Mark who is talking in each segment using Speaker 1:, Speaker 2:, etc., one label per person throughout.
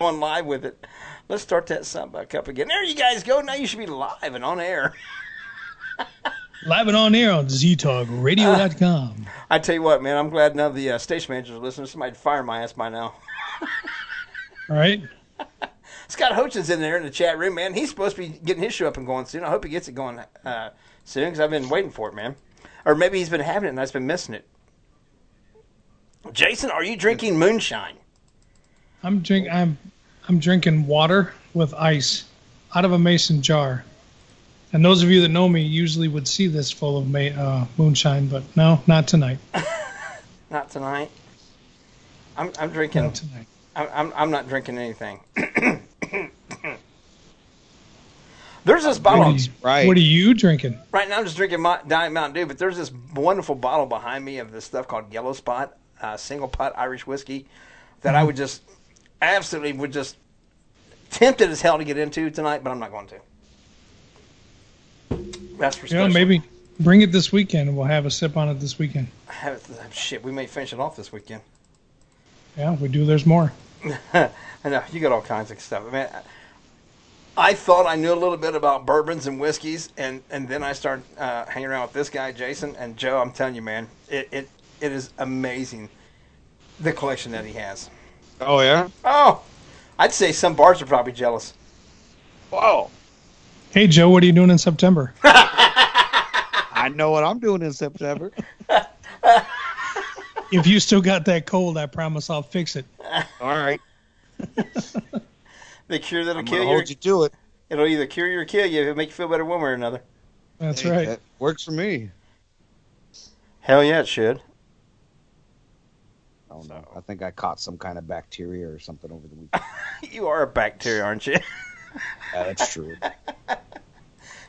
Speaker 1: on live with it. Let's start that sound back up again. There you guys go. Now you should be live and on air.
Speaker 2: live and on air on ztalkradio.com.
Speaker 1: Uh, I tell you what, man, I'm glad none of the uh, station managers are listening. Somebody'd fire my ass by now.
Speaker 2: All right.
Speaker 1: Scott Hochin's in there in the chat room, man. He's supposed to be getting his show up and going soon. I hope he gets it going uh, soon because I've been waiting for it, man. Or maybe he's been having it and I've been missing it. Jason, are you drinking moonshine?
Speaker 2: I'm drink I'm I'm drinking water with ice out of a mason jar. And those of you that know me usually would see this full of ma- uh, moonshine, but no, not tonight.
Speaker 1: not tonight. I'm I'm drinking
Speaker 2: not tonight.
Speaker 1: I'm I'm, I'm not drinking anything. there's this bottle.
Speaker 2: What are, you, right. what are you drinking?
Speaker 1: Right now, I'm just drinking my, Diet Mountain Dew, but there's this wonderful bottle behind me of this stuff called Yellow Spot, uh, single pot Irish whiskey, that mm-hmm. I would just absolutely would just tempted as hell to get into tonight, but I'm not going to. That's for
Speaker 2: yeah, you know, maybe bring it this weekend. and We'll have a sip on it this weekend.
Speaker 1: Have, shit, we may finish it off this weekend.
Speaker 2: Yeah, we do. There's more.
Speaker 1: I know uh, you got all kinds of stuff, man. I thought I knew a little bit about bourbons and whiskeys, and and then I started uh, hanging around with this guy, Jason and Joe. I'm telling you, man, it it, it is amazing the collection that he has.
Speaker 3: Oh yeah.
Speaker 1: Oh, I'd say some bars are probably jealous.
Speaker 3: Wow.
Speaker 2: Hey Joe, what are you doing in September?
Speaker 3: I know what I'm doing in September.
Speaker 2: if you still got that cold, I promise I'll fix it.
Speaker 3: All right.
Speaker 1: the cure that'll
Speaker 3: I'm
Speaker 1: kill you.
Speaker 3: Hold you to it.
Speaker 1: It'll either cure you or kill you. It'll make you feel better one way or another.
Speaker 2: That's hey, right. That
Speaker 3: works for me.
Speaker 1: Hell yeah, it should.
Speaker 3: I don't know. I think I caught some kind of bacteria or something over the weekend.
Speaker 1: you are a bacteria, aren't you?
Speaker 3: yeah, that's true.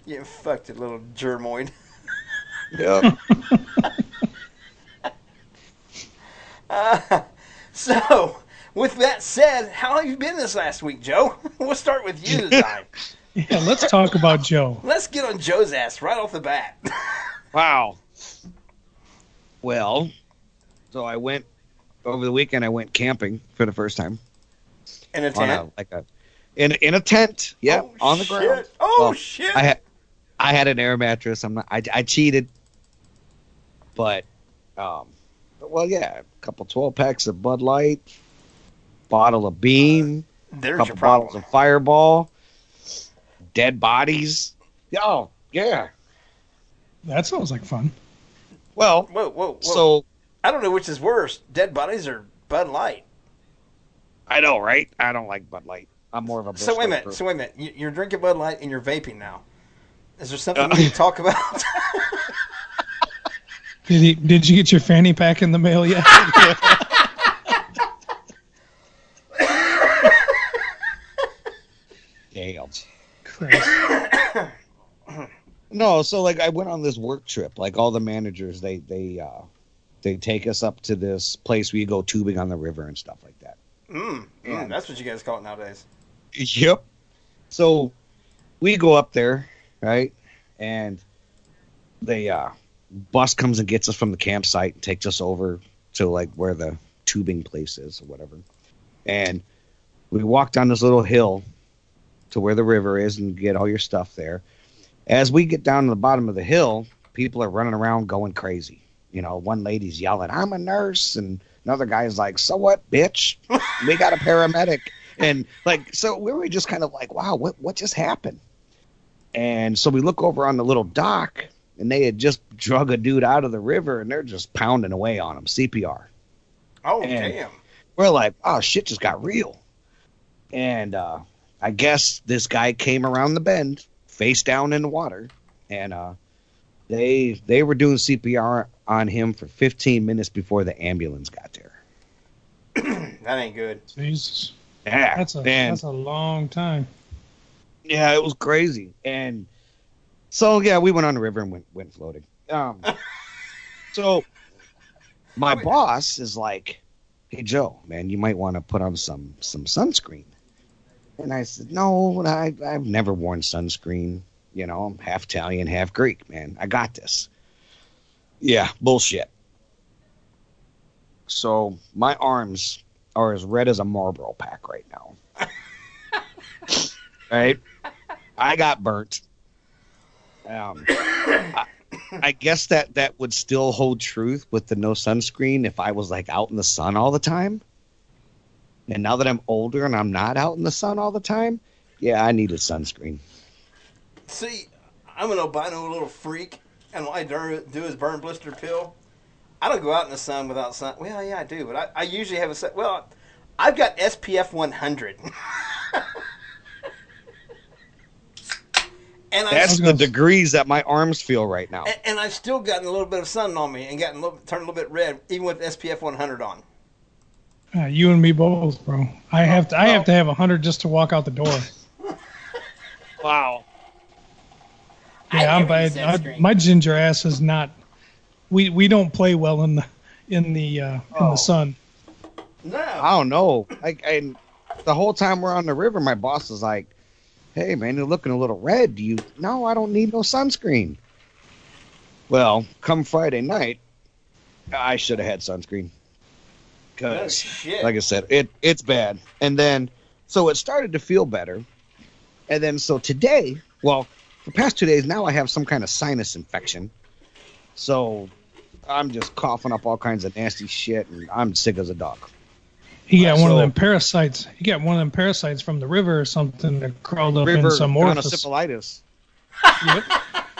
Speaker 1: you fucked it, little germoid.
Speaker 3: yep.
Speaker 1: uh, so, with that said, how have you been this last week, Joe? we'll start with you this time.
Speaker 2: yeah, let's talk about Joe.
Speaker 1: Let's get on Joe's ass right off the bat.
Speaker 3: wow. Well, so I went over the weekend I went camping for the first time.
Speaker 1: In a tent,
Speaker 3: a, like a in in a tent. Yeah,
Speaker 1: oh,
Speaker 3: on the
Speaker 1: shit.
Speaker 3: ground.
Speaker 1: Oh well, shit!
Speaker 3: I had I had an air mattress. I'm not. I, I cheated, but um, but, well, yeah, a couple twelve packs of Bud Light, bottle of Beam,
Speaker 1: uh, there's
Speaker 3: couple
Speaker 1: your problem.
Speaker 3: bottles of Fireball, dead bodies. Oh yeah,
Speaker 2: that sounds like fun.
Speaker 3: Well,
Speaker 1: whoa, whoa, whoa.
Speaker 3: so
Speaker 1: I don't know which is worse, dead bodies or Bud Light.
Speaker 3: I know, right? I don't like Bud Light. I'm more of a. Bush
Speaker 1: so wait a minute.
Speaker 3: Group.
Speaker 1: So wait a minute. You're drinking Bud Light and you're vaping now. Is there something uh, we can talk about?
Speaker 2: did he, Did you get your fanny pack in the mail yet?
Speaker 3: Damn. Christ. no, so like I went on this work trip. Like all the managers, they they uh, they take us up to this place where you go tubing on the river and stuff like that.
Speaker 1: Mm, mm that's what you guys call it nowadays.
Speaker 3: Yep. So we go up there, right? And the uh, bus comes and gets us from the campsite and takes us over to like where the tubing place is or whatever. And we walk down this little hill to where the river is and get all your stuff there. As we get down to the bottom of the hill, people are running around going crazy you know, one lady's yelling, "I'm a nurse," and another guy's like, "So what, bitch? We got a paramedic." and like, so we were just kind of like, "Wow, what what just happened?" And so we look over on the little dock, and they had just drug a dude out of the river, and they're just pounding away on him, CPR.
Speaker 1: Oh and damn!
Speaker 3: We're like, "Oh shit, just got real." And uh, I guess this guy came around the bend, face down in the water, and uh, they they were doing CPR on him for 15 minutes before the ambulance got
Speaker 1: there. that ain't good.
Speaker 2: Jesus.
Speaker 3: Yeah,
Speaker 2: that's a
Speaker 3: and,
Speaker 2: that's a long time.
Speaker 3: Yeah, it was crazy. And so yeah, we went on the river and went went floating. Um, so my boss is like, "Hey Joe, man, you might want to put on some some sunscreen." And I said, "No, I I've never worn sunscreen. You know, I'm half Italian, half Greek, man. I got this." Yeah, bullshit. So my arms are as red as a Marlboro pack right now. right? I got burnt. Um, I, I guess that that would still hold truth with the no sunscreen if I was like out in the sun all the time. And now that I'm older and I'm not out in the sun all the time, yeah, I needed sunscreen.
Speaker 1: See, I'm an albino little freak, and all I do do is burn blister pill. I don't go out in the sun without sun. Well, yeah, I do, but I, I usually have a sun. Well, I've got SPF 100. and I
Speaker 3: That's the degrees that my arms feel right now.
Speaker 1: and, and I've still gotten a little bit of sun on me and gotten a little, turned a little bit red, even with SPF 100 on.
Speaker 2: Uh, you and me both, bro. I have to. I have to have a hundred just to walk out the door.
Speaker 3: Wow.
Speaker 2: Yeah, I'm
Speaker 4: never use
Speaker 2: bad. I,
Speaker 4: sunscreen.
Speaker 2: my ginger ass is not. We we don't play well in the in the uh, in
Speaker 3: Oh.
Speaker 2: the sun.
Speaker 1: No,
Speaker 3: I don't know. Like, and the whole time we're on the river, my boss is like, "Hey, man, you're looking a little red. Do you? No, I don't need no sunscreen." Well, come Friday night, I should have had sunscreen
Speaker 1: no
Speaker 3: because
Speaker 1: shit.
Speaker 3: like I said, it it's bad. And then so it started to feel better. And then so today, well, the past two days now I have some kind of sinus infection. So I'm just coughing up all kinds of nasty shit and I'm sick as a dog.
Speaker 2: He got one of
Speaker 3: So-
Speaker 2: them parasites. He got one of them parasites from the river or something that crawled up
Speaker 3: River
Speaker 2: in some orifice.
Speaker 3: gonosyphilitis.
Speaker 2: Yep.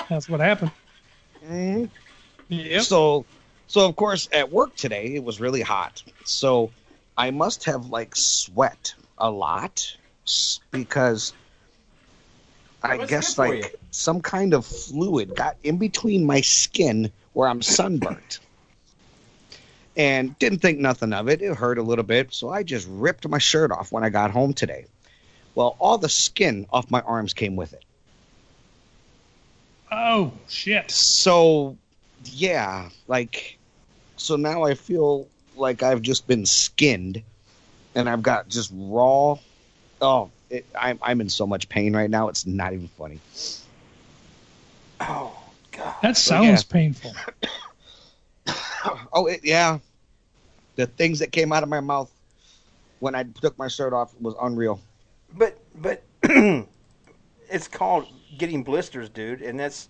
Speaker 2: That's what happened.
Speaker 1: Mm-hmm.
Speaker 3: Mhm.
Speaker 2: Yep.
Speaker 3: So, so of course at work today it was really hot. So I must have like sweat a lot s- because I
Speaker 1: That's good
Speaker 3: guess
Speaker 1: for
Speaker 3: like
Speaker 1: you.
Speaker 3: some kind of fluid got in between my skin where I'm sunburnt. and didn't think nothing of it. It hurt a little bit, so I just ripped my shirt off when I got home today. Well, all the skin off my arms came with it.
Speaker 2: Oh shit.
Speaker 3: So, yeah, like, so now I feel like I've just been skinned, and I've got just raw. Oh, it, I'm I'm in so much pain right now. It's not even funny.
Speaker 1: oh god.
Speaker 2: That sounds painful.
Speaker 3: Oh, it, yeah, the things that came out of my mouth when I took my shirt off was unreal.
Speaker 1: But but it's called getting blisters, dude, and that's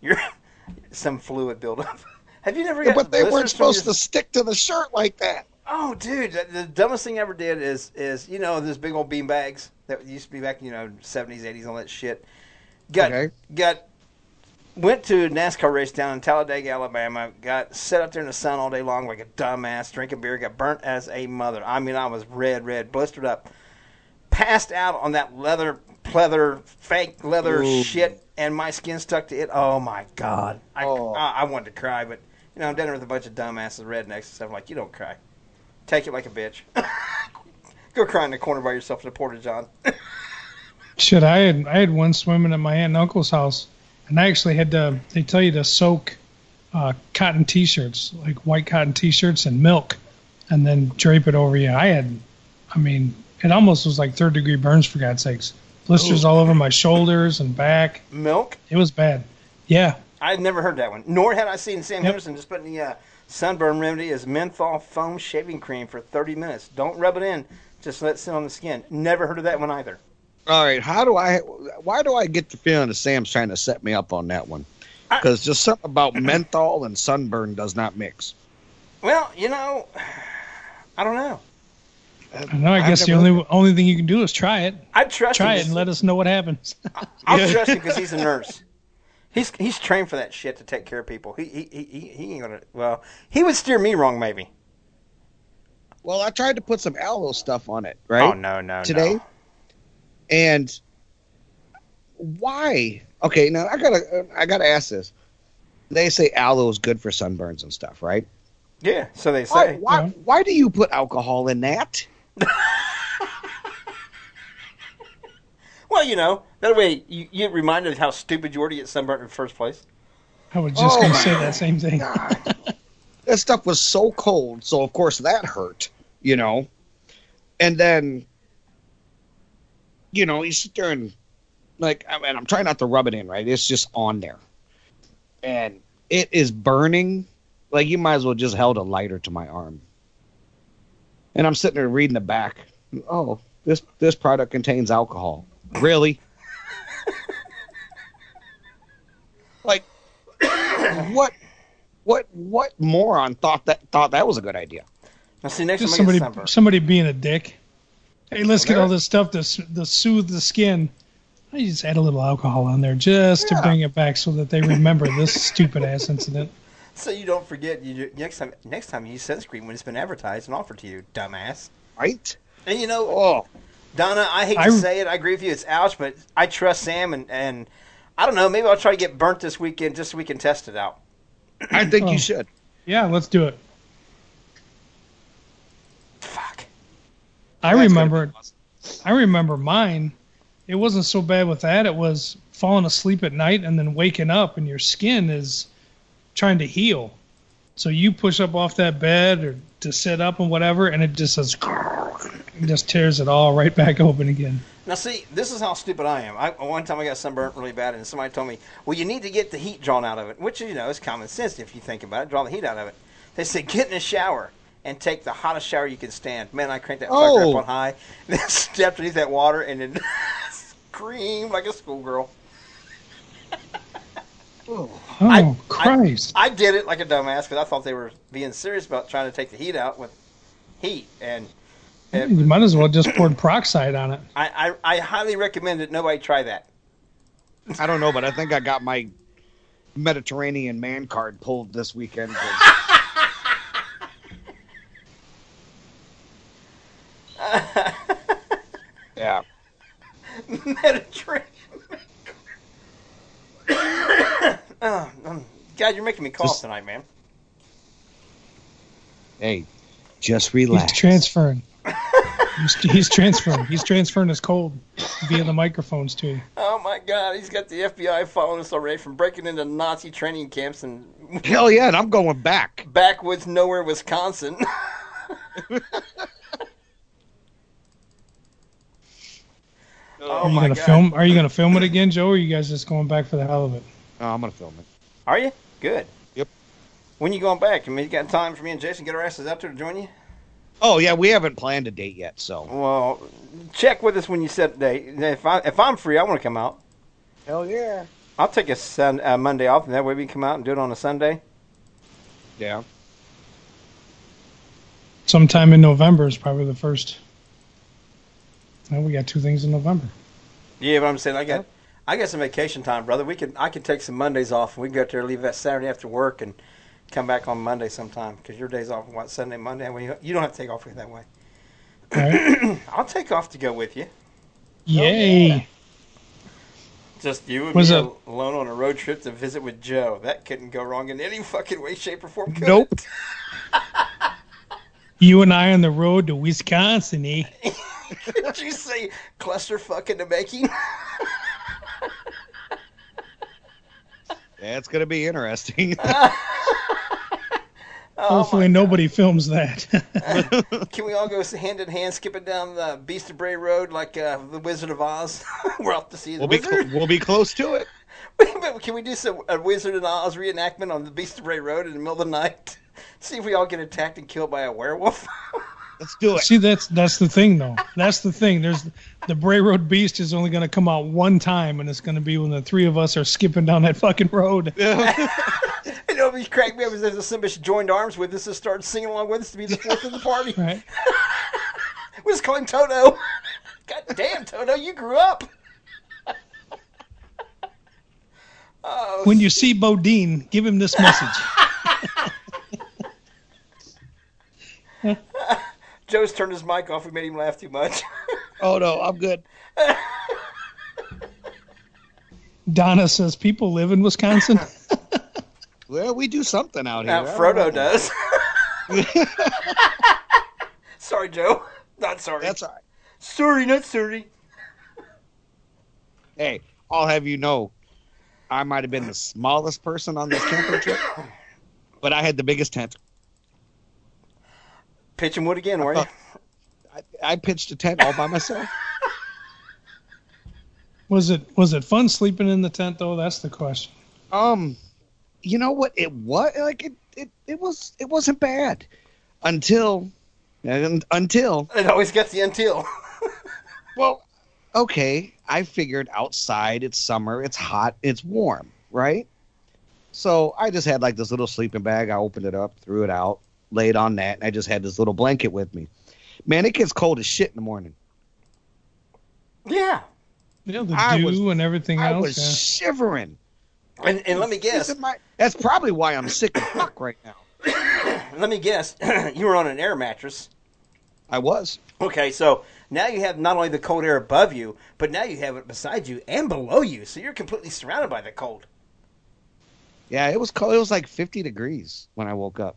Speaker 1: you're some fluid buildup. Have you never? gotten
Speaker 3: but they weren't
Speaker 1: blisters from
Speaker 3: supposed
Speaker 1: your-
Speaker 3: to stick to the shirt like that.
Speaker 1: Oh, dude, the, the dumbest thing I ever did is is you know those big old bean bags that used to be back you know seventies, eighties, all that shit. Got
Speaker 3: Okay.
Speaker 1: got went to a NASCAR race down in Talladega, Alabama. Got set up there in the sun all day long like a dumbass, drinking beer. Got burnt as a mother. I mean, I was red, red, blistered up. Passed out on that leather, pleather, fake leather
Speaker 3: Ooh.
Speaker 1: shit, and my skin stuck to it. Oh my god, I,
Speaker 3: Oh.
Speaker 1: I I wanted to cry, but you know I'm down there with a bunch of dumbasses, rednecks, and stuff. I'm like, you don't cry. Take it like a bitch. Go cry in the corner by yourself in a porta john.
Speaker 2: Shit, I had I had one swimming at my aunt and uncle's house, and I actually had to. They tell you to soak uh, cotton t-shirts, like white cotton t-shirts, in milk, and then drape it over you. I had, I mean, it almost was like third degree burns for God's sakes. Blisters all over my shoulders and back.
Speaker 1: Milk.
Speaker 2: It was bad. Yeah,
Speaker 1: I'd never heard that one. Nor had I seen Sam
Speaker 2: Yep.
Speaker 1: Henderson just putting the uh, sunburn remedy as menthol foam shaving cream for 30 minutes. Don't rub it in. Just let it sit on the skin. Never heard of that one either.
Speaker 3: All right, how do I? Why do I get the feeling that Sam's trying to set me up on that one?
Speaker 1: I-
Speaker 3: Because just something about menthol and sunburn does not mix.
Speaker 1: Well, you know, I don't know.
Speaker 2: I know. I
Speaker 3: I've
Speaker 2: guess the
Speaker 3: never-
Speaker 2: only only thing you can do is try it.
Speaker 1: I trust
Speaker 2: Try
Speaker 1: him.
Speaker 2: it and let us know what happens.
Speaker 1: I'll trust him because he's a nurse. He's he's trained for that shit to take care of people. He he he, he- he ain't gonna. Well, he would steer me wrong maybe.
Speaker 3: Well, I tried to put some aloe stuff on it, right?
Speaker 1: Oh no no
Speaker 3: Today?
Speaker 1: no.
Speaker 3: And why? Okay, now I gotta, I gotta ask this. They say aloe is good for sunburns and stuff, right?
Speaker 1: Yeah, so they
Speaker 3: Why?
Speaker 1: say.
Speaker 3: Why,
Speaker 2: Yeah.
Speaker 3: why do you put alcohol in that?
Speaker 1: Well, you know that way you you get reminded how stupid you were to get sunburned in the first place.
Speaker 2: I was just
Speaker 3: Oh
Speaker 2: gonna
Speaker 3: my
Speaker 2: say that same thing.
Speaker 3: God. that stuff was so cold, so of course that hurt, you know. And then, you know, you sit there and like, I- and I'm trying not to rub it in, right? It's just on there, and it is burning. Like you might as well just held a lighter to my arm. And I'm sitting there reading the back. Oh, this this product contains alcohol. Really? like what what what moron thought that thought that was a good idea?
Speaker 1: Now, see, next
Speaker 2: Just
Speaker 1: time I
Speaker 2: somebody
Speaker 1: get sunburned.
Speaker 2: somebody being a dick. Hey, let's get
Speaker 3: Well,
Speaker 2: all this stuff to, s- to soothe the skin. I just add a little alcohol on there just
Speaker 3: Yeah.
Speaker 2: to bring it back so that they remember this stupid ass incident.
Speaker 1: So you don't forget. You do, next time, next time you use sunscreen when it's been advertised and offered to you, dumbass.
Speaker 3: Right?
Speaker 1: And you know,
Speaker 3: Oh,
Speaker 1: Donna, I hate to
Speaker 2: I-
Speaker 1: say it. I agree with you. It's ouch, but I trust Sam, and, and I don't know. Maybe I'll try to get burnt this weekend just so we can test it out.
Speaker 3: I think
Speaker 2: Oh.
Speaker 3: you should.
Speaker 2: Yeah, let's do it.
Speaker 1: Fuck.
Speaker 2: I
Speaker 3: That's gonna
Speaker 2: remember
Speaker 3: be awesome.
Speaker 2: I remember mine. It wasn't so bad with that. It was falling asleep at night and then waking up, and your skin is trying to heal. So you push up off that bed or to sit up and whatever, and it just says, and just tears it all right back open again.
Speaker 1: Now, see, this is how stupid I am. I, one time I got sunburnt really bad, and somebody told me, well, you need to get the heat drawn out of it, which, you know, is common sense if you think about it, draw the heat out of it. They said, get in the shower and take the hottest shower you can stand. Man, I cranked that
Speaker 3: Oh.
Speaker 1: sucker up on high, then stepped underneath that water, and then screamed like a schoolgirl.
Speaker 2: Oh
Speaker 1: I-
Speaker 2: Christ!
Speaker 1: I did it like a dumbass because I thought they were being serious about trying to take the heat out with heat. And it-
Speaker 2: you might as well just poured peroxide on it.
Speaker 1: I, I, I highly recommend that nobody try that.
Speaker 3: I don't know, but I think I got my Mediterranean man card pulled this weekend. yeah.
Speaker 1: Mediterranean. oh, um, God, you're making me cough
Speaker 3: Just-
Speaker 1: tonight, man.
Speaker 3: Hey, just
Speaker 2: He's
Speaker 3: relax.
Speaker 2: transferring. he's, he's transferring. He's transferring his cold via the microphones to you.
Speaker 1: Oh my God, he's got the FBI following us already from breaking into Nazi training camps in
Speaker 3: Hell yeah, and I'm going back.
Speaker 1: backwoods nowhere, Wisconsin. oh
Speaker 2: Are you
Speaker 1: my
Speaker 2: gonna
Speaker 1: God.
Speaker 2: film? Are you gonna film it again, Joe? Or are you guys just going back for the hell of it?
Speaker 3: Oh, I'm gonna film it.
Speaker 1: Are you good?
Speaker 3: Yep.
Speaker 1: When you going back? I mean, you got time for me and Jason to get our asses out there to join you?
Speaker 3: Oh yeah, we haven't planned a date yet, so
Speaker 1: Well, check with us when you set a date. If I if I'm free, I want to come out.
Speaker 3: hell yeah,
Speaker 1: I'll take a sun, uh, Monday off, and that way we can come out and do it on a Sunday.
Speaker 3: yeah.
Speaker 2: Sometime in November is probably the first. Now we got two things in November.
Speaker 1: Yeah, but I'm saying I got
Speaker 3: Yep.
Speaker 1: I got some vacation time, brother. We can I can take some Mondays off. We can go out there, leave that Saturday after work, and come back on Monday sometime. Because your days off what Sunday, Monday. Well, you, you don't have to take off that way.
Speaker 2: All right.
Speaker 1: I'll take off to go with you.
Speaker 2: Yay!
Speaker 1: Just you and
Speaker 2: Was
Speaker 1: me
Speaker 2: it-
Speaker 1: alone on a road trip to visit with Joe. That couldn't go wrong in any fucking way, shape, or form. could it?
Speaker 3: Nope.
Speaker 2: You and I on the road to Wisconsin, eh?
Speaker 1: Did you say cluster fucking the making?
Speaker 3: Yeah, it's gonna be interesting.
Speaker 1: Oh
Speaker 2: Hopefully nobody films that.
Speaker 1: Can we all go hand in hand, skipping down the Beast of Bray Road like uh, the Wizard of Oz? We're off to see the
Speaker 3: we'll be cl-
Speaker 1: Wizard.
Speaker 3: we'll be close to it.
Speaker 1: But Can we do some a Wizard of Oz reenactment on the Beast of Bray Road in the middle of the night? See if we all get attacked and killed by a werewolf.
Speaker 3: Let's do it.
Speaker 2: See, that's that's the thing, though. That's the thing. There's the Bray Road Beast is only going to come out one time, and it's going to be when the three of us are skipping down that fucking road.
Speaker 1: you know, it'd be crack me up if there's somebody joined arms with us and started singing along with us to be the fourth of the party.
Speaker 2: Right?
Speaker 1: We just call him Toto. God damn, Toto, you grew up. Oh,
Speaker 2: When you see Bodine, give him this message.
Speaker 1: Joe's turned his mic off. We made him laugh too much.
Speaker 3: Oh no, I'm good.
Speaker 2: Donna says people live in Wisconsin.
Speaker 3: Well, we do something out here.
Speaker 1: Now,
Speaker 3: I don't know.
Speaker 1: Frodo does. sorry, Joe. Not sorry.
Speaker 3: That's all right.
Speaker 1: sorry, not sorry.
Speaker 3: Hey, I'll have you know, I might have been the smallest person on this camping trip, but I had the biggest tent.
Speaker 1: Pitching wood again, were you?
Speaker 3: I, I pitched a tent all by myself.
Speaker 2: was it was it fun sleeping in the tent though? That's the question.
Speaker 3: Um, you know what? It was like it, it, it was it wasn't bad until And until
Speaker 1: It always gets the until.
Speaker 3: well, okay, I figured outside it's summer, it's hot, it's warm, right? So I just had like this little sleeping bag. I opened it up, threw it out, laid on that, and I just had this little blanket with me. Man, it gets cold as shit in the morning.
Speaker 1: yeah.
Speaker 2: Yeah, the
Speaker 3: I
Speaker 2: dew
Speaker 3: was-
Speaker 2: and everything
Speaker 3: I
Speaker 2: else.
Speaker 3: was shivering.
Speaker 1: And, and let me
Speaker 3: This
Speaker 1: guess.
Speaker 3: is my- that's probably why I'm sick as fuck right now.
Speaker 1: Let me guess. you were on an air mattress.
Speaker 3: I was.
Speaker 1: Okay, so now you have not only the cold air above you, but now you have it beside you and below you. So you're completely surrounded by the cold.
Speaker 3: Yeah, it was cold. It was like 50 degrees when I woke up.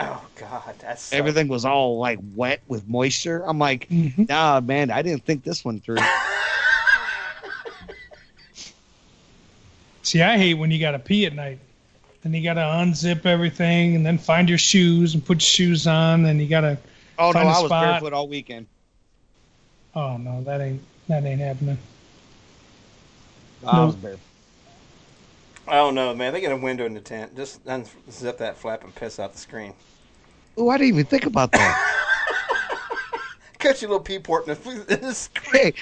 Speaker 1: Oh God, that's
Speaker 3: Everything was all like wet with moisture. I'm like,
Speaker 2: yeah. Mhm.
Speaker 3: nah, man, I didn't think this one through.
Speaker 2: See, I hate when you got to pee at night. Then you got to unzip everything and then find your shoes and put your shoes on. Then you got to.
Speaker 3: Oh no,
Speaker 2: Find a
Speaker 3: I was
Speaker 2: spot.
Speaker 3: barefoot all weekend.
Speaker 2: Oh no, that ain't that ain't happening.
Speaker 3: I
Speaker 2: No.
Speaker 3: was barefoot.
Speaker 1: Oh no, man! They got a window in the tent. Just unzip that flap and piss out the screen.
Speaker 3: Ooh, I didn't even think about that.
Speaker 1: Cut your little pee port in the, in the screen.
Speaker 3: hey,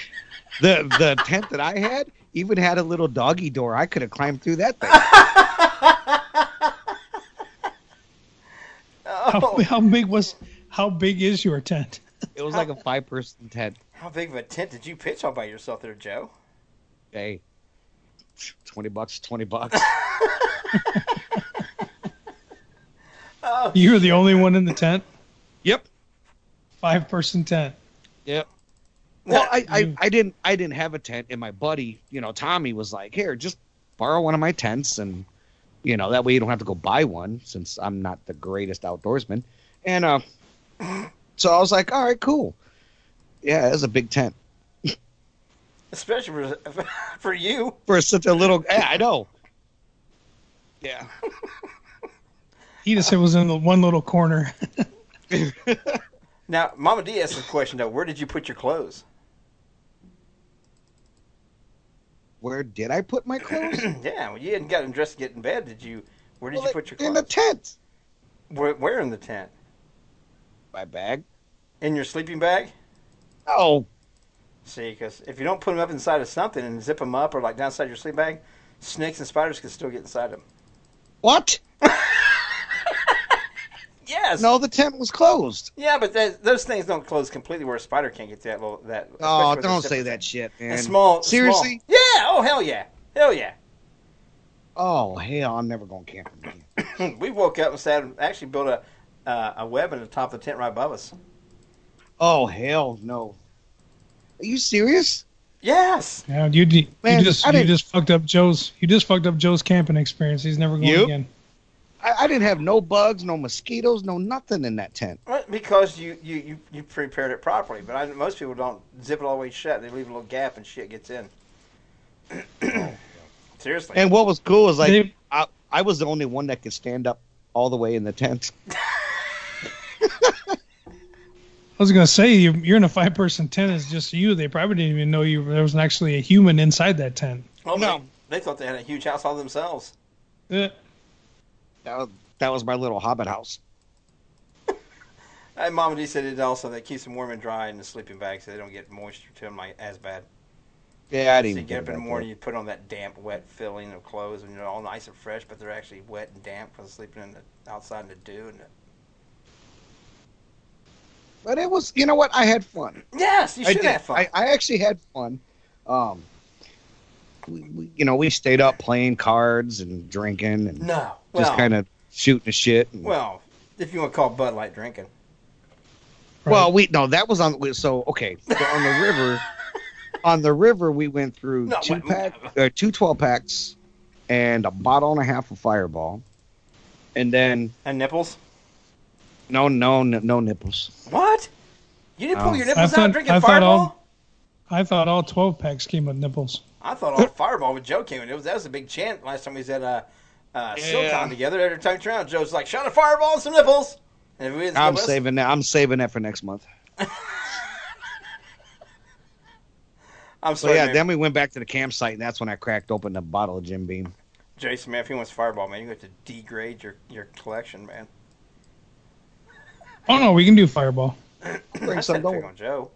Speaker 3: the the tent that I had even had a little doggy door. I could have climbed through that thing.
Speaker 2: How,
Speaker 1: Oh,
Speaker 2: how big was how big is your tent?
Speaker 3: It was like a five person tent.
Speaker 1: how big of a tent did you pitch all by yourself there, Joe?
Speaker 3: Hey, twenty bucks, twenty bucks.
Speaker 1: Oh,
Speaker 2: You were the only one in the tent,
Speaker 3: yep,
Speaker 2: five person tent.
Speaker 3: yep. Well, I, I
Speaker 2: You-
Speaker 3: I didn't I didn't have a tent, and my buddy, you know, Tommy was like, here, just borrow one of my tents, and you know that way you don't have to go buy one since I'm not the greatest outdoorsman. And uh, so I was like, all right, cool. Yeah, it was a big tent.
Speaker 1: especially for, for you.
Speaker 3: for such a little. Yeah, I know. Yeah.
Speaker 2: He just said was in the one little corner.
Speaker 1: Now, Mama D asked the question though: Where did you put your clothes?
Speaker 3: Where did I put my clothes?
Speaker 1: yeah, well, you hadn't gotten dressed to get in bed, did you? Where did
Speaker 3: Well,
Speaker 1: you put your
Speaker 3: in the
Speaker 1: clothes?
Speaker 3: tent.
Speaker 1: where, where in the tent?
Speaker 3: My bag.
Speaker 1: In your sleeping bag?
Speaker 3: Oh,
Speaker 1: See, because if you don't put them up inside of something and zip them up or like down inside your sleeping bag, snakes and spiders can still get inside them.
Speaker 3: what?
Speaker 1: Yes.
Speaker 3: No, the tent was closed.
Speaker 1: Yeah, but that, those things don't close completely where a spider can't get that little that.
Speaker 3: Oh,
Speaker 1: especially with
Speaker 3: don't
Speaker 1: the
Speaker 3: say
Speaker 1: zipper.
Speaker 3: that shit, man.
Speaker 1: And small.
Speaker 3: Seriously?
Speaker 1: small. Yeah. Oh hell yeah. Hell yeah.
Speaker 3: Oh hell, I'm never going camping. again. Hmm.
Speaker 1: we woke up and sat. Actually, built a uh, a web in the top of the tent right above us.
Speaker 3: Oh hell no. Are you serious?
Speaker 1: Yes.
Speaker 2: Yeah, you, you
Speaker 3: Man,
Speaker 2: just
Speaker 3: I
Speaker 2: you
Speaker 3: didn't-
Speaker 2: just fucked up Joe's you just fucked up Joe's camping experience. He's never going
Speaker 3: Yep.
Speaker 2: again.
Speaker 3: I, I didn't have no bugs, no mosquitoes, no nothing in that tent.
Speaker 1: Well, Because you, you, you, you prepared it properly, but I, most people don't zip it all the way shut. They leave a little gap and shit gets in. Seriously.
Speaker 3: And what was cool is like
Speaker 2: They-
Speaker 3: I, I was the only one that could stand up all the way in the tent.
Speaker 2: I was gonna say you, you're in a five person tent. It's just you. They probably didn't even know you. There was actually a human inside that tent.
Speaker 1: Oh,
Speaker 3: No.
Speaker 1: They, they thought they had a huge house all themselves.
Speaker 2: Eh,
Speaker 3: That was, that was my little hobbit house.
Speaker 1: And Mama D said it also. That keeps them warm and dry in the sleeping bag so they don't get moisture to them like, as bad.
Speaker 3: Yeah, I
Speaker 1: So
Speaker 3: didn't.
Speaker 1: you
Speaker 3: even think
Speaker 1: get up in the
Speaker 3: about that.
Speaker 1: morning, you put on that damp, wet filling of clothes, and you're all nice and fresh, but they're actually wet and damp from sleeping in the outside in the dew. And the,
Speaker 3: But it was, you know what? I had fun.
Speaker 1: yes, you
Speaker 3: I
Speaker 1: should
Speaker 3: did.
Speaker 1: have fun.
Speaker 3: I, I actually had fun. Um, we, we, you know, we stayed up playing cards and drinking and
Speaker 1: no,
Speaker 3: just
Speaker 1: well,
Speaker 3: kind of shooting the shit. And,
Speaker 1: well, if you want to call Bud Light drinking.
Speaker 2: right.
Speaker 3: well, we no, that was on. So okay, so on the river, on the river, we went through
Speaker 1: No,
Speaker 3: two
Speaker 1: wait,
Speaker 3: pack, uh, two twelve packs, and a bottle and a half of Fireball, and then
Speaker 1: And nipples?
Speaker 3: no, no, no, no nipples.
Speaker 1: What? You didn't pull
Speaker 3: Oh.
Speaker 1: your
Speaker 2: I
Speaker 1: nipples out
Speaker 2: thought-
Speaker 1: drinking
Speaker 2: I thought
Speaker 1: Fireball?
Speaker 2: all- I thought all twelve packs came with nipples.
Speaker 1: I thought all Fireball with Joe came in. It was, that was a big chant last time we was at uh, uh, SilCon together. Every time we turned around, Joe's like, shot a Fireball and some nipples. And if we didn't
Speaker 3: I'm
Speaker 1: nipples-
Speaker 3: saving that. I'm saving that for next month.
Speaker 1: I'm
Speaker 3: So
Speaker 1: sorry,
Speaker 3: yeah,
Speaker 1: man.
Speaker 3: then we went back to the campsite, and that's when I cracked open the bottle of Jim Beam.
Speaker 1: Jason, man, if he wants Fireball, man, you have to degrade your, your collection, man.
Speaker 2: Oh no, we can do Fireball.
Speaker 1: I
Speaker 3: Bring
Speaker 1: said
Speaker 3: some,
Speaker 1: thing
Speaker 3: don't
Speaker 1: on Joe.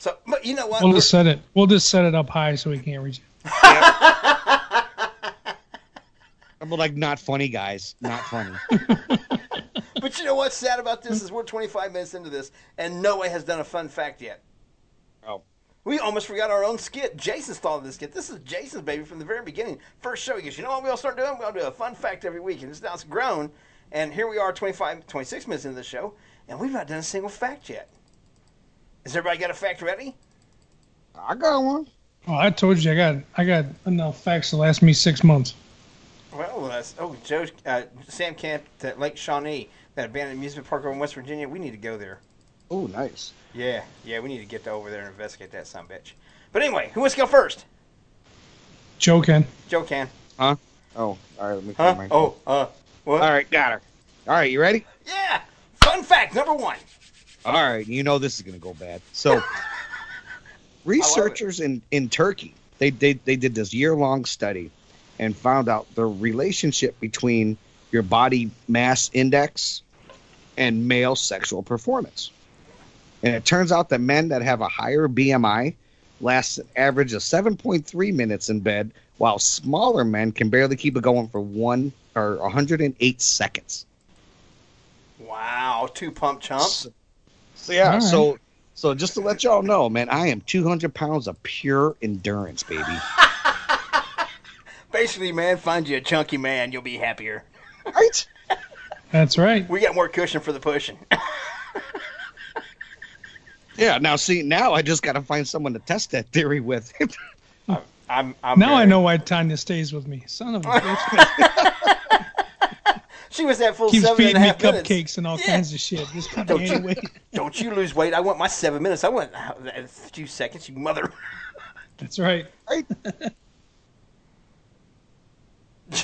Speaker 1: So, but you know what?
Speaker 2: We'll just set it. We'll just set it up high so we can't reach. it.
Speaker 3: I'm like not funny guys, not funny.
Speaker 1: But you know what's sad about this is we're 25 minutes into this, and no one has done a fun fact yet.
Speaker 3: oh,
Speaker 1: We almost forgot our own skit. Jason's thought of this skit. This is Jason's baby from the very beginning. First show, he goes, You know what we'll start doing? We'll do a fun fact every week. And it's now it's grown. And here we are, 25, 26 minutes into the show, and we've not done a single fact yet. Has everybody got a fact ready?
Speaker 3: I got one.
Speaker 2: Oh, I told you, I got I got enough facts to last me six months.
Speaker 1: Well, that's, oh, Joe, uh, Sam Camp at Lake Shawnee, that abandoned amusement park over in West Virginia. We need to go there.
Speaker 3: Oh, nice.
Speaker 1: Yeah, yeah, we need to get to over there and investigate that son bitch. But anyway, who wants to go first?
Speaker 2: Joe can.
Speaker 1: Joe can.
Speaker 3: Oh, all right. Let me
Speaker 1: Huh?
Speaker 3: my
Speaker 1: Oh, uh, what?
Speaker 3: All right, got her. All right, you ready?
Speaker 1: Yeah. Fun fact number one.
Speaker 3: All right, you know this is gonna go bad. So, researchers in in Turkey they they, they did this year long study and found out the relationship between your body mass index and male sexual performance. And it turns out that men that have a higher BMI last an average of 7.3 minutes in bed, while smaller men can barely keep it going for one or 108 seconds.
Speaker 1: Wow, two pump chumps.
Speaker 3: So, so yeah,
Speaker 2: All right.
Speaker 3: so so just to let y'all know, man, I am 200 pounds of pure endurance, baby.
Speaker 1: Basically, man, find you a chunky man, you'll be happier.
Speaker 3: right?
Speaker 2: That's right.
Speaker 1: We got more cushion for the pushing.
Speaker 3: Yeah. Now, see, now I just got to find someone to test that theory with.
Speaker 1: I'm, I'm
Speaker 2: Now I
Speaker 1: married.
Speaker 2: know why Tanya stays with me. Son of a bitch.
Speaker 1: She was that full
Speaker 2: Keeps
Speaker 1: seven and
Speaker 2: feeding
Speaker 1: a
Speaker 2: me
Speaker 1: half minutes.
Speaker 2: cupcakes and all
Speaker 1: Yeah.
Speaker 2: kinds of shit. Just put me anyway.
Speaker 1: Don't you lose weight. I want my seven minutes. I want uh, a few seconds, you mother.
Speaker 2: That's right.
Speaker 3: right?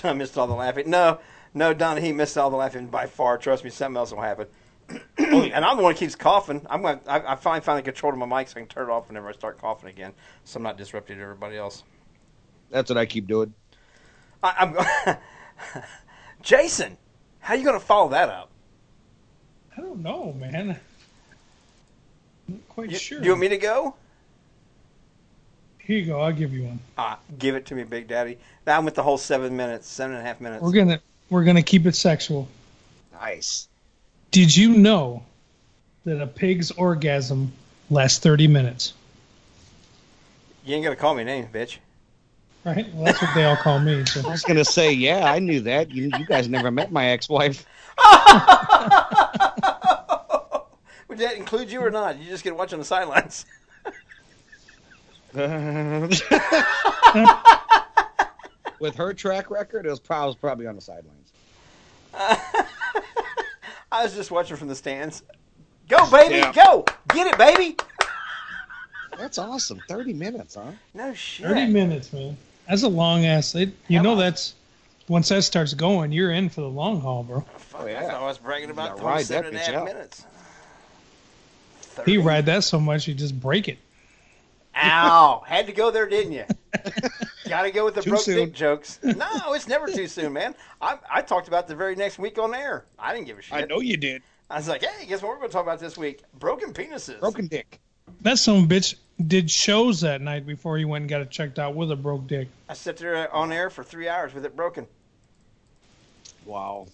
Speaker 1: I missed all the laughing. No, no, Donna, he missed all the laughing by far. Trust me, something else will happen. Oh, and I'm the one who keeps coughing. I'm gonna, I, I finally finally controlled my mic so I can turn it off whenever I start coughing again, so I'm not disrupting everybody else.
Speaker 3: That's what I keep doing.
Speaker 1: I, I'm Jason. How you gonna follow that up?
Speaker 2: I don't know, man. not quite
Speaker 1: You,
Speaker 2: sure.
Speaker 1: you want me to go?
Speaker 2: Here you go. I'll give you one.
Speaker 1: Ah, give it to me, Big Daddy. That went the whole seven minutes, seven and a half minutes.
Speaker 2: We're gonna we're gonna keep it sexual.
Speaker 3: Nice.
Speaker 2: Did you know that a pig's orgasm lasts 30 minutes?
Speaker 1: You ain't gonna call me names, bitch.
Speaker 2: Right? Well, that's what they all call me. So.
Speaker 3: I was gonna say, yeah, I knew that. You, you guys never met my ex-wife.
Speaker 1: Would that include you or not? You just get to watch on the sidelines.
Speaker 3: With her track record, it was prob- I was probably on the sidelines.
Speaker 1: I was just watching from the stands. Go, baby,
Speaker 3: Yeah.
Speaker 1: go, get it, baby.
Speaker 3: That's awesome. 30 minutes, huh?
Speaker 1: No shit.
Speaker 2: 30 minutes, man. That's a long ass. It, you
Speaker 1: Come
Speaker 2: know,
Speaker 1: on.
Speaker 2: that's once that starts going, you're in for the long haul, bro.
Speaker 1: Fuck,
Speaker 3: Oh, yeah.
Speaker 1: I thought I was bragging about
Speaker 3: gotta ride
Speaker 1: 27 and
Speaker 3: that
Speaker 1: a
Speaker 3: bitch
Speaker 1: half
Speaker 3: out.
Speaker 1: minutes.
Speaker 2: He
Speaker 1: 30.
Speaker 2: ride that so much, you just break it.
Speaker 1: Ow. Had to go there, didn't you? Gotta go with the
Speaker 3: Too
Speaker 1: broke
Speaker 3: soon.
Speaker 1: dick jokes. No, it's never too soon, man. I, I talked about the very next week on air. I didn't give a shit.
Speaker 3: you did.
Speaker 1: I was like, hey, guess what we're going to talk about this week? Broken penises.
Speaker 3: Broken dick.
Speaker 2: That some bitch did shows that night before he went and got it checked out with a broke dick.
Speaker 1: I sat there on air for three hours with it broken.
Speaker 3: Wow.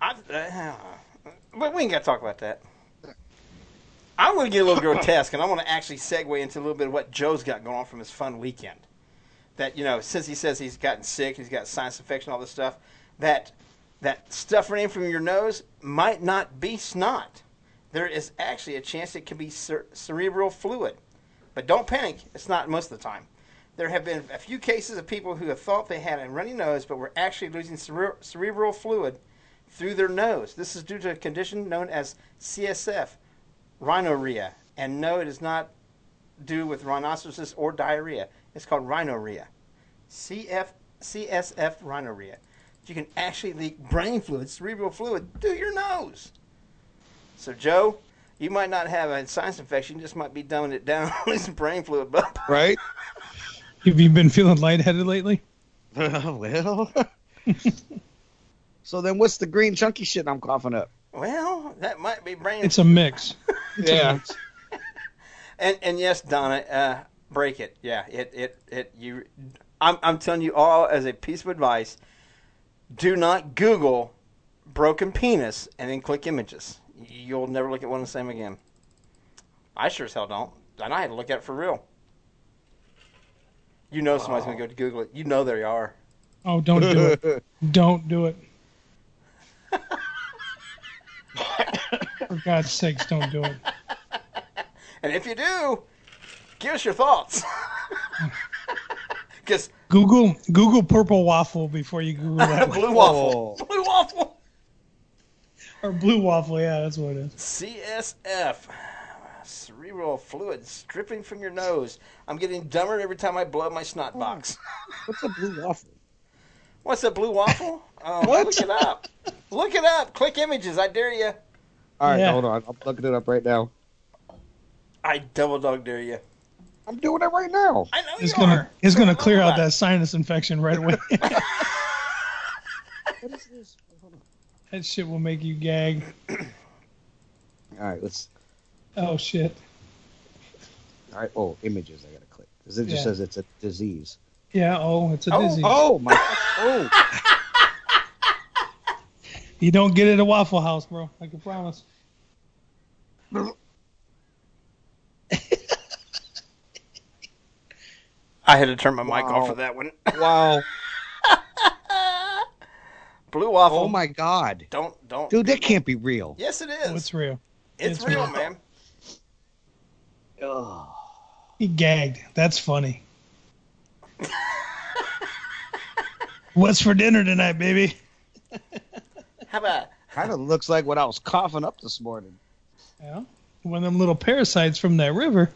Speaker 1: I, uh, but we ain't got to talk about that. I'm going to get a little grotesque, and I want to actually segue into a little bit of what Joe's got going on from his fun weekend. That you know, since he says he's gotten sick, he's got sinus infection, all this stuff. That that stuff running from your nose might not be snot. There is actually a chance it could be cer- cerebral fluid, but don't panic. It's not most of the time. There have been a few cases of people who have thought they had a runny nose, but were actually losing cere- cerebral fluid through their nose. This is due to a condition known as CSF, rhinorrhea. And no, it is not do with rhinoceroses or diarrhea. It's called rhinorrhea. CF, CSF rhinorrhea. You can actually leak brain fluid, cerebral fluid, through your nose. So, Joe, you might not have a sinus infection. You just might be dumbing it down, losing brain fluid. But
Speaker 3: Right?
Speaker 2: Have you been feeling lightheaded lately?
Speaker 3: well. so then, what's the green chunky shit I'm coughing up?
Speaker 1: Well, that might be brain.
Speaker 2: It's a mix.
Speaker 3: Yeah.
Speaker 1: and and yes, Donna, uh, break it. Yeah, it it it you. I'm I'm telling you all as a piece of advice. Do not Google broken penis and then click images. You'll never look at one the same again. I sure as hell don't. And I had to look at it for real. You know somebody's gonna go to Google it. You know they are.
Speaker 2: Oh, don't do it. Don't do it. For God's sakes, don't do it.
Speaker 1: And if you do, give us your thoughts. Because
Speaker 2: Google Google purple waffle before you Google that one.
Speaker 1: blue waffle, blue waffle,
Speaker 2: or blue waffle. Yeah, that's what it is.
Speaker 1: CSF, cerebral fluid dripping from your nose. I'm getting dumber every time I blow my snot box.
Speaker 3: What's a blue waffle?
Speaker 1: What's a blue waffle? Oh,
Speaker 3: What?
Speaker 1: Look it up. Look it up. Click images. I dare you.
Speaker 3: All right,
Speaker 2: Yeah.
Speaker 3: hold on. I'm looking it up right now.
Speaker 1: I double dog dare you.
Speaker 3: I'm doing it right now.
Speaker 1: I know
Speaker 2: It's
Speaker 1: you
Speaker 2: gonna
Speaker 1: are.
Speaker 2: it's gonna clear out
Speaker 1: Robot.
Speaker 2: that sinus infection right away.
Speaker 3: What is this? Hold
Speaker 2: that shit will make you gag.
Speaker 3: on. All right, let's.
Speaker 2: Oh shit.
Speaker 3: All right. Oh, images. I gotta click. 'Cause it just
Speaker 2: Yeah.
Speaker 3: says it's a disease.
Speaker 2: Yeah. Oh, it's a
Speaker 1: Oh,
Speaker 2: dizzy.
Speaker 3: Oh my. Oh.
Speaker 2: You don't get it at Waffle House, bro. I can promise.
Speaker 1: I had to turn my mic off
Speaker 3: Wow.
Speaker 1: for that one.
Speaker 3: Wow.
Speaker 1: Blue waffle.
Speaker 3: Oh my God.
Speaker 1: Don't don't.
Speaker 3: Dude, that can't be real.
Speaker 1: Yes, it is.
Speaker 2: Oh,
Speaker 1: it's
Speaker 2: it's real. it's
Speaker 1: real,
Speaker 2: real.
Speaker 1: man.
Speaker 3: Ugh.
Speaker 2: He gagged. That's funny. What's for dinner tonight, baby?
Speaker 1: How about
Speaker 3: Kind of looks like what I was coughing up this morning.
Speaker 2: Yeah. One of them little parasites from that river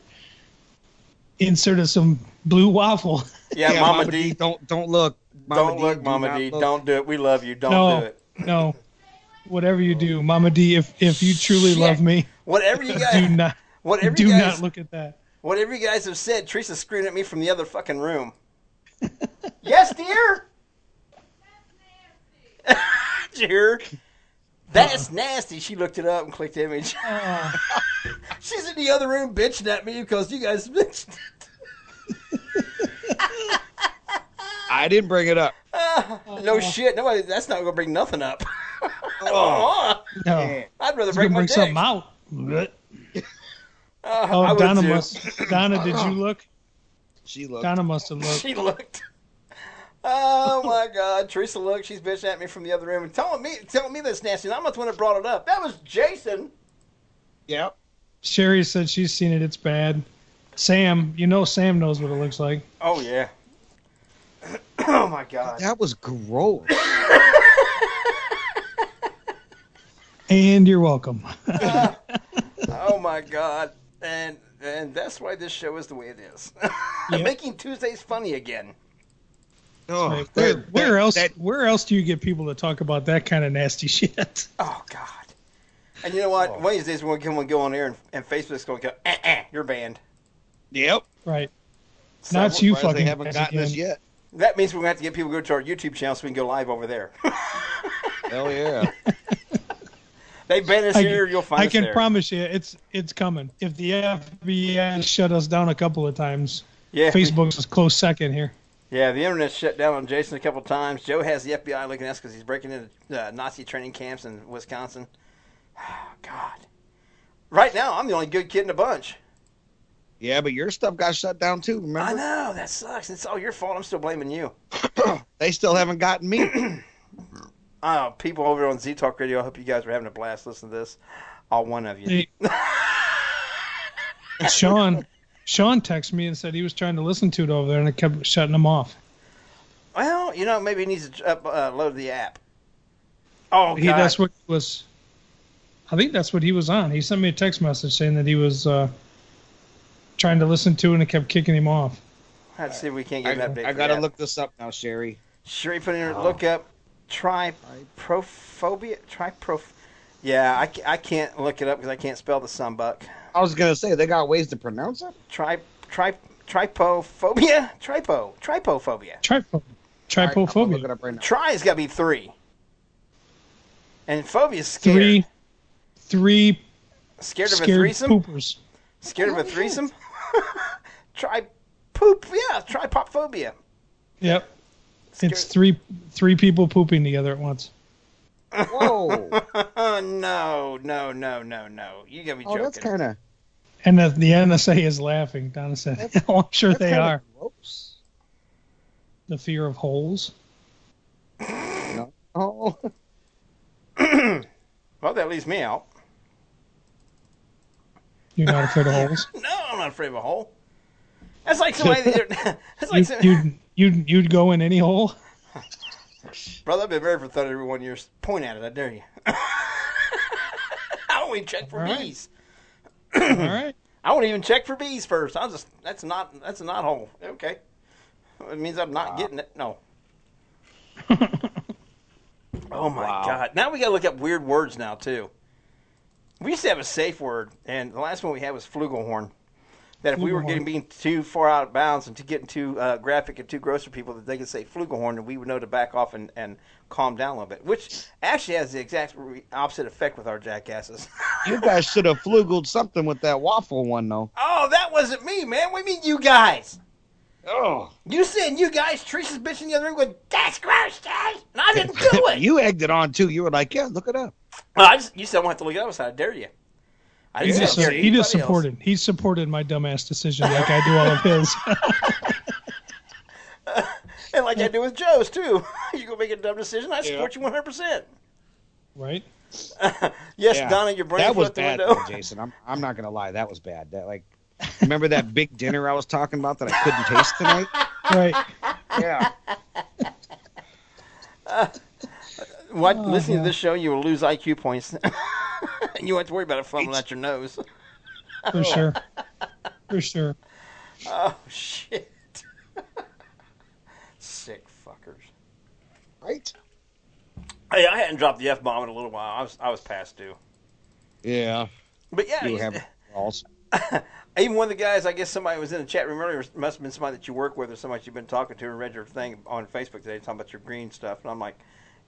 Speaker 2: inserted some blue waffle.
Speaker 1: yeah, Mama, D?
Speaker 3: Don't don't look.
Speaker 1: Don't look,
Speaker 3: do
Speaker 1: Mama
Speaker 3: not
Speaker 1: D.
Speaker 3: look.
Speaker 1: Don't do it. We love you. Don't
Speaker 2: No.
Speaker 1: do it.
Speaker 2: No. Whatever you do, Mama D, if if you truly love me,
Speaker 1: Whatever you guys,
Speaker 2: do not
Speaker 1: whatever
Speaker 2: do
Speaker 1: you guys,
Speaker 2: not look at that.
Speaker 1: whatever you guys have said, Teresa's screaming at me from the other fucking room. yes, dear. Did you hear? her? That's nasty. She looked it up and clicked image.
Speaker 2: Oh,
Speaker 1: She's in the other room bitching at me because you guys bitched.
Speaker 3: I didn't bring it up.
Speaker 2: Oh,
Speaker 1: no shit. Nobody. That's not gonna bring nothing up. Uh-huh.
Speaker 3: Oh.
Speaker 2: no.
Speaker 1: I'd rather
Speaker 2: It's
Speaker 1: break
Speaker 2: gonna
Speaker 1: my
Speaker 2: bring
Speaker 1: dick.
Speaker 2: something out.
Speaker 1: Uh, I
Speaker 2: Oh,
Speaker 1: would
Speaker 2: Donna
Speaker 1: too.
Speaker 2: must. Donna, did you look?
Speaker 3: She looked.
Speaker 2: Donna must have looked.
Speaker 1: She looked. Oh my God, Teresa looked. She's bitching at me from the other room and telling me, telling me this nasty. And I'm not the one that brought it up. That was Jason.
Speaker 3: Yep.
Speaker 2: Sherry said she's seen it. It's bad. Sam, you know Sam knows what it looks like.
Speaker 1: Oh yeah. oh my God.
Speaker 3: That was gross.
Speaker 2: And you're welcome.
Speaker 1: Oh my God. And and that's why this show is the way it is.
Speaker 2: Yep.
Speaker 1: Making Tuesdays funny again.
Speaker 3: No.
Speaker 1: Oh,
Speaker 2: Like, where,
Speaker 3: Oh, that-
Speaker 2: where else?
Speaker 3: That,
Speaker 2: where else do you get people to talk about that kind of nasty shit?
Speaker 1: Oh God. And you know what?
Speaker 2: Oh.
Speaker 1: One of these days we're gonna come and go on air, and, and Facebook's gonna go, eh, eh, you're banned.
Speaker 3: yep.
Speaker 2: right.
Speaker 1: So
Speaker 2: Not you
Speaker 3: Surprised
Speaker 2: fucking.
Speaker 3: They haven't
Speaker 2: guys
Speaker 3: gotten this
Speaker 2: again.
Speaker 3: yet.
Speaker 1: That means we're gonna have to get people to go to our YouTube channel so we can go live over there.
Speaker 3: Hell yeah.
Speaker 1: they ban us
Speaker 2: I-
Speaker 1: here, you'll find
Speaker 2: I
Speaker 1: us
Speaker 2: can
Speaker 1: there.
Speaker 2: promise you, it's it's coming. If the FBI shut us down a couple of times,
Speaker 1: yeah,
Speaker 2: Facebook's a close second here.
Speaker 1: Yeah, the internet's shut down on Jason a couple times. Joe has the FBI looking at us because he's breaking into uh, Nazi training camps in Wisconsin. Oh, God. Right now, I'm the only good kid in the bunch.
Speaker 3: yeah, but your stuff got shut down too.
Speaker 1: I
Speaker 3: Remember?
Speaker 1: know, that sucks. It's all your fault. I'm still blaming you.
Speaker 3: They still haven't gotten me.
Speaker 1: Oh, people over on Z Talk Radio, I hope you guys were having a blast listening to this. All one of you.
Speaker 2: Hey. Sean, Sean texted me and said he was trying to listen to it over there, and it kept shutting him off.
Speaker 1: Well, you know, maybe he needs to upload the app. Oh, God.
Speaker 2: he that's what he was i think that's what he was on he sent me a text message saying that he was uh, trying to listen to it and it kept kicking him off
Speaker 1: Let's see if we can't
Speaker 3: I,
Speaker 1: get an update.
Speaker 3: I
Speaker 1: for
Speaker 3: gotta
Speaker 1: that.
Speaker 3: look this up now, Sherry.
Speaker 1: Sure, you put in
Speaker 3: Oh.
Speaker 1: look up triprophobia. Triprof. Yeah, I, ca- I can't look it up because I can't spell the sunbuck.
Speaker 3: I was gonna say they got ways to pronounce it.
Speaker 1: Tri tri tripophobia. Tripo tripophobia.
Speaker 2: Tripo,
Speaker 3: All right, I'm gonna look
Speaker 2: tripophobia
Speaker 3: it up right now.
Speaker 1: Try has got to be three. And phobia is scared.
Speaker 2: three three
Speaker 1: Scared of a
Speaker 2: scared
Speaker 1: threesome?
Speaker 2: poopers.
Speaker 1: Scared
Speaker 3: Oh,
Speaker 1: of a threesome? try poop. Yeah, try pop phobia.
Speaker 2: Yep. It's
Speaker 1: Scared-
Speaker 2: three three people pooping together at once.
Speaker 3: Whoa.
Speaker 1: no, no, no, no, no. You gotta be
Speaker 3: oh,
Speaker 1: joking.
Speaker 3: that's kind of.
Speaker 2: And the, the NSA is laughing. Donna said,
Speaker 3: That's-
Speaker 2: "Oh, I'm sure
Speaker 3: That's
Speaker 2: they
Speaker 3: kinda
Speaker 2: are."
Speaker 3: Gross.
Speaker 2: The fear of holes.
Speaker 3: No. Oh.
Speaker 1: well, that leaves me out.
Speaker 2: You're not afraid of holes.
Speaker 1: No, I'm not afraid of a hole. That's like somebody. that- that's like
Speaker 2: You,
Speaker 1: some,
Speaker 2: you'd you'd you'd go in any hole.
Speaker 1: brother. I've been married for 31 years. Point at it, I dare you. I don't even check for
Speaker 2: All right.
Speaker 1: bees.
Speaker 2: All right.
Speaker 1: I won't even check for bees first. I'll just that's not that's a not hole. Okay, it means I'm not getting it. No. oh my
Speaker 3: Wow.
Speaker 1: god! Now we gotta look up weird words now too. We used to have a safe word, and the last one we had was flugelhorn. That if we were
Speaker 2: Flugelhorn.
Speaker 1: getting being too far out of bounds and to getting too uh, graphic and too gross for people, that they could say flugelhorn, and we would know to back off and, and calm down a little bit, which actually has the exact re- opposite effect with our jackasses.
Speaker 3: You guys should have flugeled something with that waffle one, though.
Speaker 1: oh, that wasn't me, man. What do you mean, you guys?
Speaker 3: Oh.
Speaker 1: You saying you guys, Teresa's bitch in the other room going, that's gross, guys, and I didn't do it.
Speaker 3: you egged it on, too. You were like, yeah, look it up.
Speaker 1: Well, I just, you said I don't have to look it up, so I dare you. I
Speaker 2: He
Speaker 1: didn't
Speaker 2: just
Speaker 1: say I
Speaker 2: uh,
Speaker 1: dared
Speaker 2: he just
Speaker 1: anybody else.
Speaker 2: supported. He supported my dumbass decision like I do all of his.
Speaker 1: And like I do with Joe's, too. you go make a dumb decision, I support you 100%.
Speaker 2: right.
Speaker 1: Yes,
Speaker 3: Yeah.
Speaker 1: Donna, your brain
Speaker 3: that
Speaker 1: flew
Speaker 3: was
Speaker 1: out the
Speaker 3: bad,
Speaker 1: window.
Speaker 3: though, Jason. I'm, I'm not going to lie. That was bad. That like, Remember that big dinner I was talking about that I couldn't taste tonight?
Speaker 2: Right.
Speaker 3: Yeah.
Speaker 1: What,
Speaker 2: Oh,
Speaker 1: listening to this show, you will lose IQ points. and you won't have to worry about it fumbling out your nose.
Speaker 2: For sure. For sure.
Speaker 1: Oh, shit. Sick fuckers.
Speaker 3: Right?
Speaker 1: Hey, I hadn't dropped the F bomb in a little while. I was, I was past due.
Speaker 3: Yeah.
Speaker 1: But yeah,
Speaker 3: You
Speaker 1: he's-
Speaker 3: have balls.
Speaker 1: Even one of the guys, I guess somebody was in the chat room earlier, must have been somebody that you work with or somebody you've been talking to and read your thing on Facebook today talking about your green stuff. And I'm like,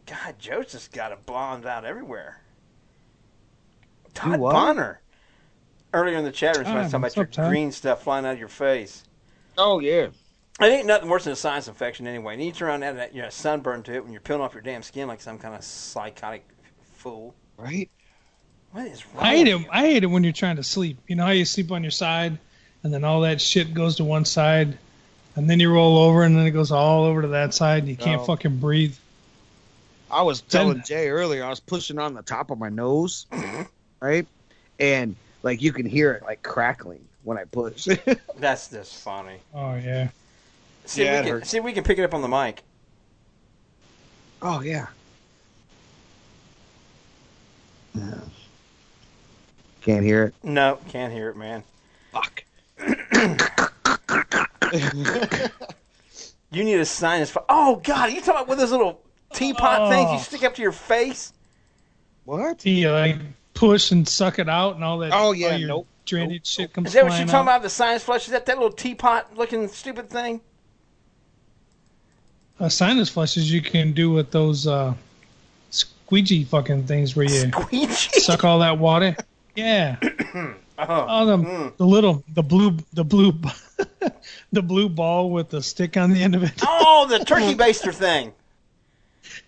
Speaker 1: God, Joe's just got it blonde out everywhere. Todd
Speaker 3: what?
Speaker 1: Bonner. Earlier in the chat room, somebody was
Speaker 2: uh?
Speaker 1: talking
Speaker 2: Todd, what's
Speaker 1: about your
Speaker 2: up, Todd?
Speaker 1: green stuff flying out of your face.
Speaker 3: Oh, yeah.
Speaker 1: It ain't nothing worse than a sinus infection anyway. And you turn around and that, you know, sunburn to it when you're peeling off your damn skin like some kind of psychotic fool.
Speaker 3: Right?
Speaker 1: What is wrong?
Speaker 2: I hate
Speaker 1: with
Speaker 2: it. I hate it when you're trying to sleep. You know how you sleep on your side, and then all that shit goes to one side, and then you roll over, and then it goes all over to that side, and you can't
Speaker 3: No.
Speaker 2: fucking breathe.
Speaker 3: I was
Speaker 2: Then-
Speaker 3: telling Jay earlier, I was pushing on the top of my nose,
Speaker 1: Mm-hmm.
Speaker 3: right? And like you can hear it like crackling when I push.
Speaker 1: you? That's just funny.
Speaker 2: Oh yeah.
Speaker 1: See,
Speaker 3: Yeah, it
Speaker 1: we can,
Speaker 3: hurts.
Speaker 1: see, we can pick it up on the mic.
Speaker 3: oh yeah. Can't hear it.
Speaker 1: No, can't hear it, man.
Speaker 3: Fuck.
Speaker 1: You need a sinus. Fi- oh God, you talking about with those little teapot things you
Speaker 2: Oh.
Speaker 1: stick up to your face?
Speaker 3: What?
Speaker 2: Do you like push and suck it out, and all that?
Speaker 3: Oh, yeah,
Speaker 2: all your
Speaker 3: nope.
Speaker 2: Drainage shit comes.
Speaker 1: Is that what you're
Speaker 2: flying
Speaker 1: talking
Speaker 2: out.
Speaker 1: about? The sinus flush? Is that that little teapot looking stupid thing?
Speaker 2: Uh, sinus flushes you can do with those uh, squeegee fucking things where you
Speaker 1: Squeegee.
Speaker 2: suck all that water. Yeah.
Speaker 1: Oh,
Speaker 2: Oh, the, the little, the blue, the blue, the blue ball with the stick on the end of it.
Speaker 1: oh, the turkey baster thing.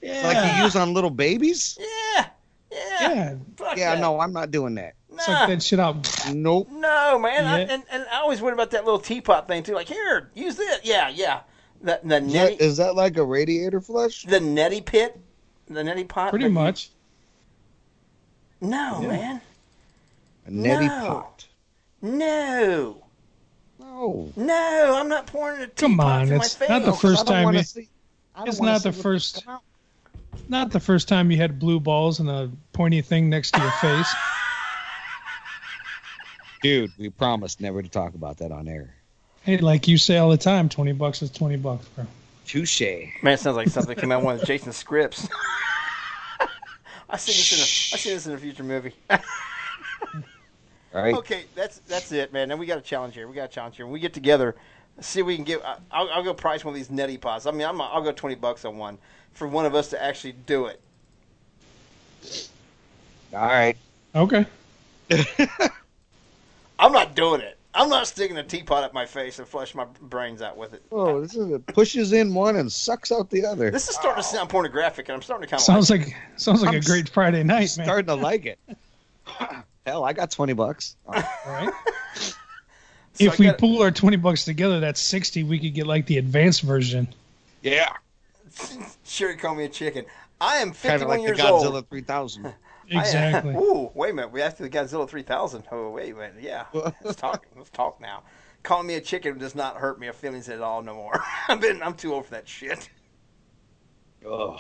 Speaker 2: Yeah.
Speaker 3: Like you use on little babies?
Speaker 1: Yeah, yeah.
Speaker 2: yeah.
Speaker 1: Fuck
Speaker 3: Yeah,
Speaker 1: that.
Speaker 3: no, I'm not doing that.
Speaker 1: Nah.
Speaker 2: Suck that shit out.
Speaker 3: Nope.
Speaker 1: No, man. I,
Speaker 2: Yeah.
Speaker 1: and, and I always worry about that little teapot thing too. Like here, use this. Yeah, yeah. The the
Speaker 3: Is that-
Speaker 1: neti
Speaker 3: is that like a radiator flush?
Speaker 1: the neti pit, the neti pot.
Speaker 2: Pretty
Speaker 1: that you-
Speaker 2: much.
Speaker 1: No, man.
Speaker 3: A neti
Speaker 1: No.
Speaker 3: pot.
Speaker 1: No,
Speaker 3: No.
Speaker 1: no. I'm not pouring a teapot
Speaker 2: Come on,
Speaker 1: to
Speaker 2: it's
Speaker 1: my face.
Speaker 2: not the first
Speaker 3: I don't
Speaker 2: time
Speaker 3: wanna
Speaker 2: you-
Speaker 3: see- I don't
Speaker 2: it's
Speaker 3: wanna
Speaker 2: not
Speaker 3: see
Speaker 2: the
Speaker 3: what
Speaker 2: first-
Speaker 3: come out.
Speaker 2: Not the first time you had blue balls and a pointy thing next to your face.
Speaker 3: Dude, we promised never to talk about that on air.
Speaker 2: Hey, like you say all the time, twenty bucks is twenty bucks, bro.
Speaker 3: Touche.
Speaker 1: Man, it sounds like something came out of one of Jason's scripts. I see this in a, I see this in a future movie.
Speaker 3: All right.
Speaker 1: okay, that's that's it, man. Now we got a challenge here. We got a challenge here. When we get together, see if we can get. I- I'll, I'll go price one of these neti pots. I mean, I'm, I'll go twenty bucks on one for one of us to actually do it.
Speaker 3: All right.
Speaker 2: Okay.
Speaker 1: I'm not doing it. I'm not sticking a teapot up my face and flush my brains out with it.
Speaker 3: Oh, this is it pushes in one and sucks out the other.
Speaker 1: This is starting to sound pornographic, and I'm starting to kind of
Speaker 2: Sounds like sounds like
Speaker 3: I'm
Speaker 2: a great Friday night, man.
Speaker 3: starting to like it. Hell, I got twenty bucks.
Speaker 2: All right.
Speaker 1: So
Speaker 2: if
Speaker 1: I
Speaker 2: we
Speaker 1: gotta-
Speaker 2: pool our twenty bucks together, that's sixty. We could get like the advanced version.
Speaker 3: Yeah,
Speaker 1: Sherry call me a chicken. I am 51
Speaker 3: kind of like the
Speaker 1: years
Speaker 3: Godzilla
Speaker 1: old.
Speaker 3: three thousand.
Speaker 1: I- uh,
Speaker 2: Exactly.
Speaker 1: ooh, wait a minute. We have to the Godzilla 3000. Oh, wait a minute. Yeah. Let's talk. Let's talk now. Calling me a chicken does not hurt my feelings at all no more. I've been. I'm too old for that shit.
Speaker 3: oh,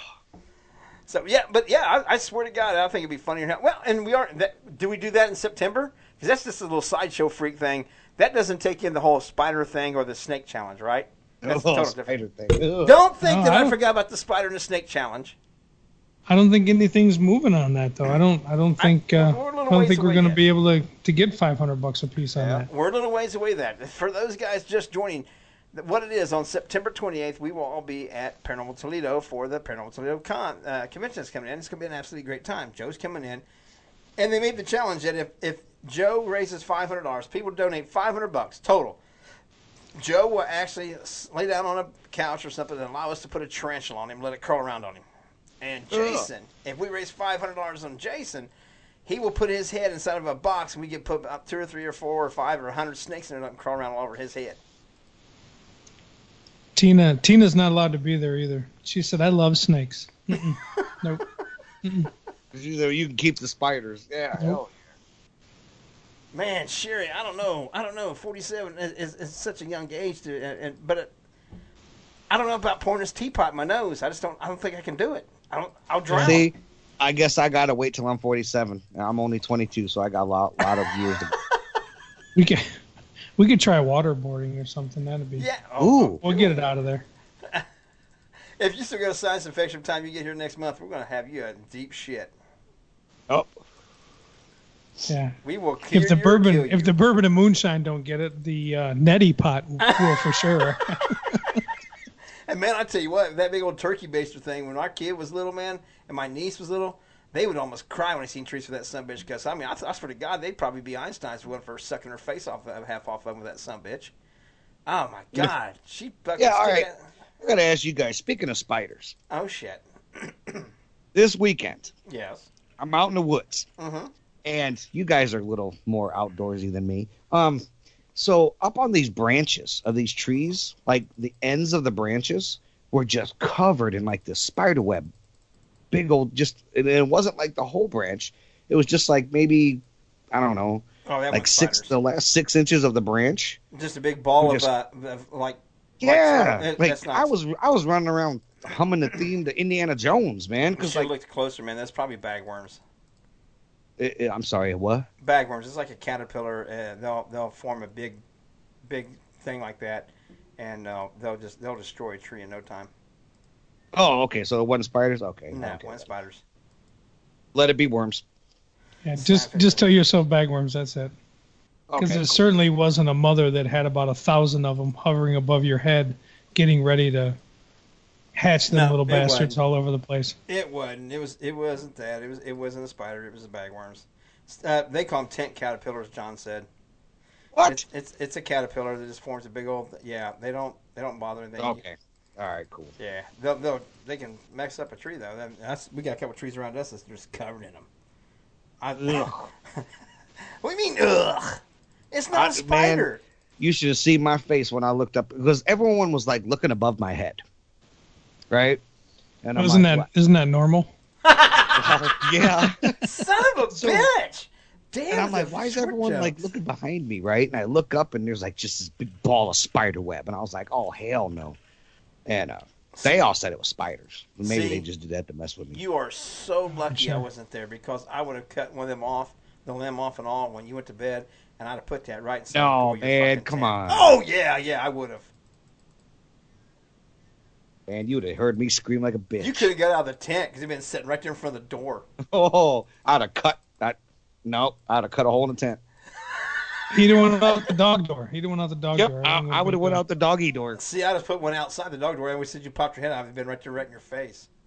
Speaker 1: So yeah, but yeah, I, I swear to God, I think it'd be funnier now. Well, and we are. That, do we do that in September? Because that's just a little sideshow freak thing. That doesn't take in the whole spider thing or the snake challenge, right? That's a
Speaker 3: oh,
Speaker 1: total different.
Speaker 3: spider thing. Ugh.
Speaker 1: Don't think
Speaker 2: No,
Speaker 1: that
Speaker 2: I
Speaker 1: I,
Speaker 2: don't-
Speaker 1: forgot about the spider and the snake challenge.
Speaker 2: I don't think anything's moving on that though. I don't. I don't think. uh,
Speaker 1: we're a little
Speaker 2: I don't
Speaker 1: ways
Speaker 2: think we're
Speaker 1: away
Speaker 2: going to
Speaker 1: yet.
Speaker 2: be able to to get five hundred bucks a piece on that.
Speaker 1: We're a little ways away. That for those guys just joining, th- what it is on September 28th, we will all be at Paranormal Toledo for the Paranormal Toledo con, uh, convention that's coming in. It's going to be an absolutely great time. Joe's coming in, and they made the challenge that if if Joe raises five hundred dollars, people donate five hundred bucks total. Joe will actually s- lay down on a couch or something and allow us to put a tarantula on him, let it curl around on him. And Jason, if we raise five hundred dollars on Jason, he will put his head inside of a box, and we can put about two or three or four or five or a hundred snakes in it and crawl around all over his head.
Speaker 2: Tina. Tina's not allowed to be there either. She said, "I love snakes." Mm-mm. nope.
Speaker 3: You know, you can keep the spiders. Yeah, hell
Speaker 1: Man, Sherry, I don't know. I don't know. Forty-seven is, is, is such a young age to, and, and but it, I don't know about pouring this teapot in my nose. I just don't. I don't think I can do it. I don't. I'll drown.
Speaker 3: See, I guess I gotta wait till I'm 47. And I'm only 22, so I got a lot, lot of years. To...
Speaker 2: We could. We could try waterboarding or something. That'd be.
Speaker 1: Yeah. Oh,
Speaker 3: Ooh,
Speaker 2: We'll get it out of there.
Speaker 1: If you still got a sinus infection by the time you get here next month, we're gonna have you in deep shit.
Speaker 3: oh,
Speaker 2: Yeah.
Speaker 1: We will. Clear
Speaker 2: If the
Speaker 1: you or kill
Speaker 2: bourbon,
Speaker 1: you.
Speaker 2: if the bourbon and moonshine don't get it, the uh, neti pot will for sure.
Speaker 1: And man, I tell you what, that big old turkey baster thing. When our kid was little, man, and my niece was little, they would almost cry when I seen trees for that son bitch. Because I mean, I, I swear to God, they'd probably be Einstein's one for sucking her face off, half off of him with that son bitch. Oh my God, she fucking.
Speaker 3: Yeah, all
Speaker 1: stick
Speaker 3: right.
Speaker 1: that-
Speaker 3: I gotta ask you guys. Speaking of spiders,
Speaker 1: Oh shit.
Speaker 3: this weekend
Speaker 1: Yes.
Speaker 3: I'm out in the woods,
Speaker 1: Mhm.
Speaker 3: and you guys are a little more outdoorsy than me. Um, so up on these branches of these trees, like the ends of the branches were just covered in like this spider web, big old just. And it wasn't like the whole branch. It was just like maybe, I don't know,
Speaker 1: Oh, that
Speaker 3: like
Speaker 1: was
Speaker 3: six
Speaker 1: spiders.
Speaker 3: the last six inches of the branch.
Speaker 1: Just a big ball
Speaker 3: Just-
Speaker 1: of, uh, of like.
Speaker 3: Yeah,
Speaker 1: that-
Speaker 3: like
Speaker 1: that's not-
Speaker 3: I was I was running around humming the theme to Indiana Jones, man.
Speaker 1: Because
Speaker 3: Because
Speaker 1: I
Speaker 3: like
Speaker 1: looked closer, man. That's probably bagworms.
Speaker 3: it, it- I'm sorry, what?
Speaker 1: bagworms. It's like a caterpillar. Uh, they'll they'll form a big, big thing like that, and uh, they'll just they'll destroy a tree in no time.
Speaker 3: Oh, okay, so it wasn't spiders. Okay,
Speaker 1: No,
Speaker 3: okay.
Speaker 1: one spiders.
Speaker 3: let it be worms.
Speaker 2: Yeah, just just tell yourself bagworms. That's it.
Speaker 3: Okay,
Speaker 2: Because
Speaker 3: cool.
Speaker 2: it certainly wasn't a mother that had about a thousand of them hovering above your head, getting ready to hatch them
Speaker 1: No,
Speaker 2: little
Speaker 1: it
Speaker 2: bastards
Speaker 1: wasn't.
Speaker 2: all over the place.
Speaker 1: It wasn't. It was. It wasn't that. It was. It wasn't a spider. It was the bagworms. Uh, they call them tent caterpillars. John said.
Speaker 3: what?
Speaker 1: It's, it's it's a caterpillar that just forms a big old. Yeah, they don't they don't bother anything.
Speaker 3: Okay, all right, cool.
Speaker 1: Yeah, they'll, they'll they can mess up a tree though. That- That's, we got a couple trees around us that's just covered in them. I, what do you mean? Ugh! It's not
Speaker 3: I-
Speaker 1: a
Speaker 3: man.
Speaker 1: spider.
Speaker 3: You should have seen my face when I looked up because everyone was like looking above my head, right? And I'm
Speaker 2: Isn't
Speaker 3: like,
Speaker 2: that not that normal?
Speaker 3: what? yeah.
Speaker 1: Son of a
Speaker 3: So-
Speaker 1: bitch! Damn.
Speaker 3: and I'm
Speaker 1: it's
Speaker 3: like,
Speaker 1: a
Speaker 3: why is
Speaker 1: short
Speaker 3: everyone
Speaker 1: jump.
Speaker 3: like looking behind me, right? And I look up and there's like just this big ball of spider web, and I was like, oh hell no. And uh, they all said it was spiders. Maybe
Speaker 1: See?
Speaker 3: they just did that to mess with me.
Speaker 1: You are so lucky I
Speaker 2: sure.
Speaker 1: wasn't there because I would have cut one of them off, the limb off and all, when you went to bed, and I'd have put that right inside.
Speaker 3: No,
Speaker 1: the door of your
Speaker 3: man,
Speaker 1: fucking
Speaker 3: come
Speaker 1: tent.
Speaker 3: on.
Speaker 1: Oh yeah, yeah, I would have.
Speaker 3: and you'd have heard me scream like a bitch.
Speaker 1: You could have got out of the tent because it'd been sitting right there in front of the door.
Speaker 3: oh, I'd have cut. I, nope, I'd have cut a hole in the tent.
Speaker 2: He didn't want out the dog door. He didn't want out the dog
Speaker 3: Yep,
Speaker 2: door.
Speaker 3: I, I would have went out the doggy door.
Speaker 1: See, I just put one outside the dog door, and we said you popped your head out, it'd been right there right in your face.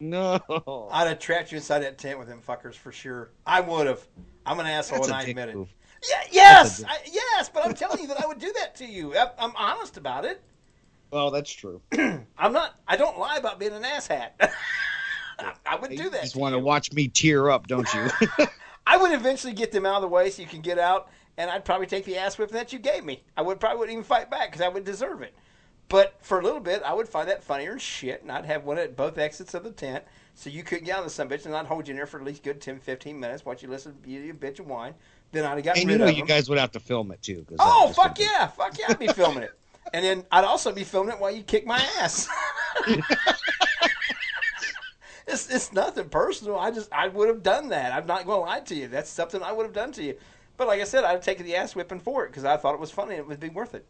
Speaker 3: No.
Speaker 1: I'd have trapped you inside that tent with them fuckers for sure. I would have. I'm an asshole
Speaker 3: That's a
Speaker 1: and I
Speaker 3: dick
Speaker 1: admit it.
Speaker 3: move.
Speaker 1: Yeah, yes,
Speaker 3: dick-
Speaker 1: I, yes, but I'm telling you that I would do that to you. I, I'm honest about it.
Speaker 3: Well, that's true.
Speaker 1: I'm not. I don't lie about being an asshat. I, I would
Speaker 3: You
Speaker 1: do that.
Speaker 3: just
Speaker 1: to
Speaker 3: want
Speaker 1: you.
Speaker 3: to watch me tear up, don't you?
Speaker 1: I would eventually get them out of the way so you can get out, and I'd probably take the ass whipping that you gave me. I would probably wouldn't even fight back because I would deserve it. But for a little bit, I would find that funnier and shit, and I'd have one at both exits of the tent so you couldn't get out of the bitch, and I'd hold you in there for at least good 10, 15 minutes while you listen to you bitch and whine. Then I'd have gotten
Speaker 3: and you
Speaker 1: rid
Speaker 3: know
Speaker 1: of
Speaker 3: you
Speaker 1: them.
Speaker 3: guys would have to film it too. 'cause that
Speaker 1: oh,
Speaker 3: just would
Speaker 1: fuck
Speaker 3: be-
Speaker 1: yeah. Fuck yeah, I'd be filming it. And then I'd also be filming it while you kick my ass. it's, it's nothing personal. I just I would have done that. I'm not going to lie to you. That's something I would have done to you. But like I said, I'd have taken the ass whipping for it because I thought it was funny and it would be worth it.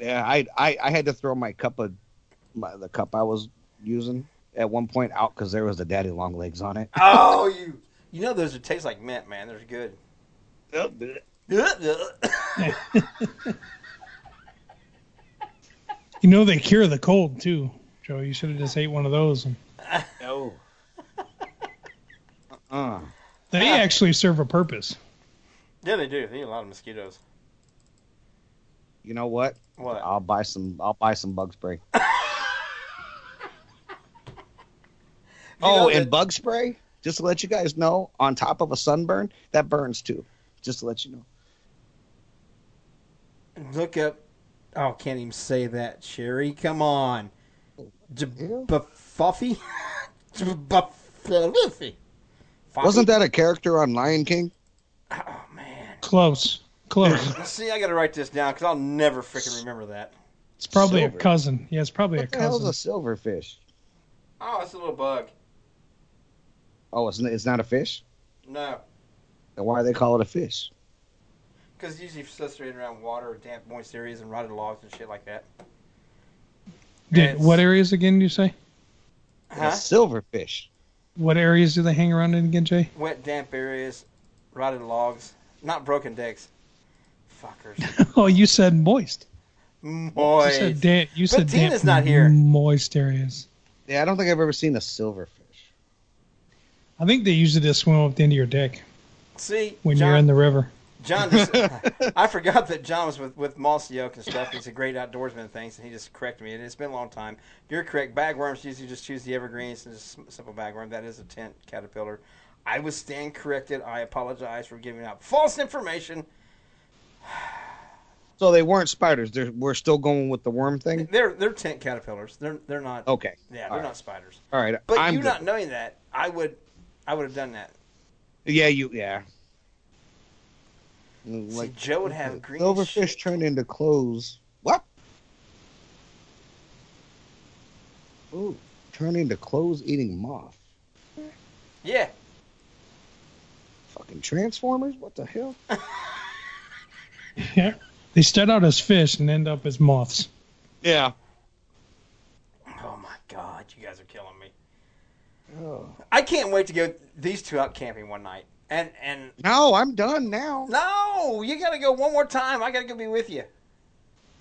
Speaker 3: Yeah, I, I I had to throw my cup of my, the cup I was using at one point out because there was the daddy long legs on it.
Speaker 1: Oh, you you know those that taste like mint, man. They're good. Oh,
Speaker 2: You know they cure the cold too, Joe. You should have just ate one of those. And
Speaker 1: oh.
Speaker 3: no. Uh,
Speaker 2: they actually serve a purpose.
Speaker 1: yeah, they do. They eat a lot of mosquitoes.
Speaker 3: you know what?
Speaker 1: What?
Speaker 3: I'll buy some. I'll buy some bug spray.
Speaker 1: know
Speaker 3: oh,
Speaker 1: that-
Speaker 3: and bug spray. Just to let you guys know, on top of a sunburn, that burns too. Just to let you know.
Speaker 1: Look up. Oh, can't even say that, Sherry. Come on.
Speaker 3: Ew.
Speaker 1: Buffy? Buffy?
Speaker 3: Wasn't that a character on Lion King?
Speaker 1: Oh, man.
Speaker 2: Close, close.
Speaker 1: See, I got to write this down because I'll never freaking remember that.
Speaker 2: It's probably
Speaker 3: Silver.
Speaker 2: a cousin. Yeah, it's probably
Speaker 3: What
Speaker 2: a
Speaker 3: the hell is
Speaker 2: cousin.
Speaker 3: a silverfish?
Speaker 1: Oh, it's a little bug.
Speaker 3: Oh, it's n- it's not a fish.
Speaker 1: No,
Speaker 3: Then why do they call it a fish?
Speaker 1: because usually associated around water or damp, moist areas and rotted logs and shit like that.
Speaker 2: Did, what areas again? You say?
Speaker 1: Huh?
Speaker 3: A silverfish.
Speaker 2: What areas do they hang around in again, Jay?
Speaker 1: Wet, damp areas, rotted logs, not broken decks. Fuckers.
Speaker 2: Oh, you said moist. You
Speaker 1: Moist.
Speaker 2: said damp. You
Speaker 1: But
Speaker 2: said damp.
Speaker 1: Tina's not here.
Speaker 2: Moist areas.
Speaker 3: Yeah, I don't think I've ever seen a silverfish.
Speaker 2: I think they usually just swim up the end of your dick
Speaker 1: See,
Speaker 2: when
Speaker 1: John,
Speaker 2: you're in the river.
Speaker 1: John, just, I forgot that John was with with Mossy Oak and stuff. He's a great outdoorsman and things, and he just corrected me. And it's been a long time. You're correct. Bagworms usually just choose the evergreens and just a simple bagworm. That is a tent caterpillar. I was stand corrected. I apologize for giving out false information.
Speaker 3: So they weren't spiders. They're, we're still going with the worm thing.
Speaker 1: They're they're tent caterpillars. They're they're not.
Speaker 3: Okay.
Speaker 1: Yeah, they're
Speaker 3: Oh, all right.
Speaker 1: not spiders.
Speaker 3: All right.
Speaker 1: But
Speaker 3: I'm
Speaker 1: you
Speaker 3: good.
Speaker 1: not knowing that, I would I would have done that.
Speaker 3: Yeah, you. Yeah.
Speaker 1: See, Joe would have green
Speaker 3: silverfish
Speaker 1: shit.
Speaker 3: turned into clothes. What? Ooh, turn into clothes eating moth.
Speaker 1: Yeah.
Speaker 3: Fucking transformers. What the hell?
Speaker 2: Yeah. They start out as fish and end up as moths.
Speaker 3: Yeah.
Speaker 1: Oh my God, you guys are killing me.
Speaker 3: Oh.
Speaker 1: I can't wait to go these two out camping one night. And and
Speaker 3: No, I'm done now.
Speaker 1: No, you gotta go one more time. I gotta go be with you.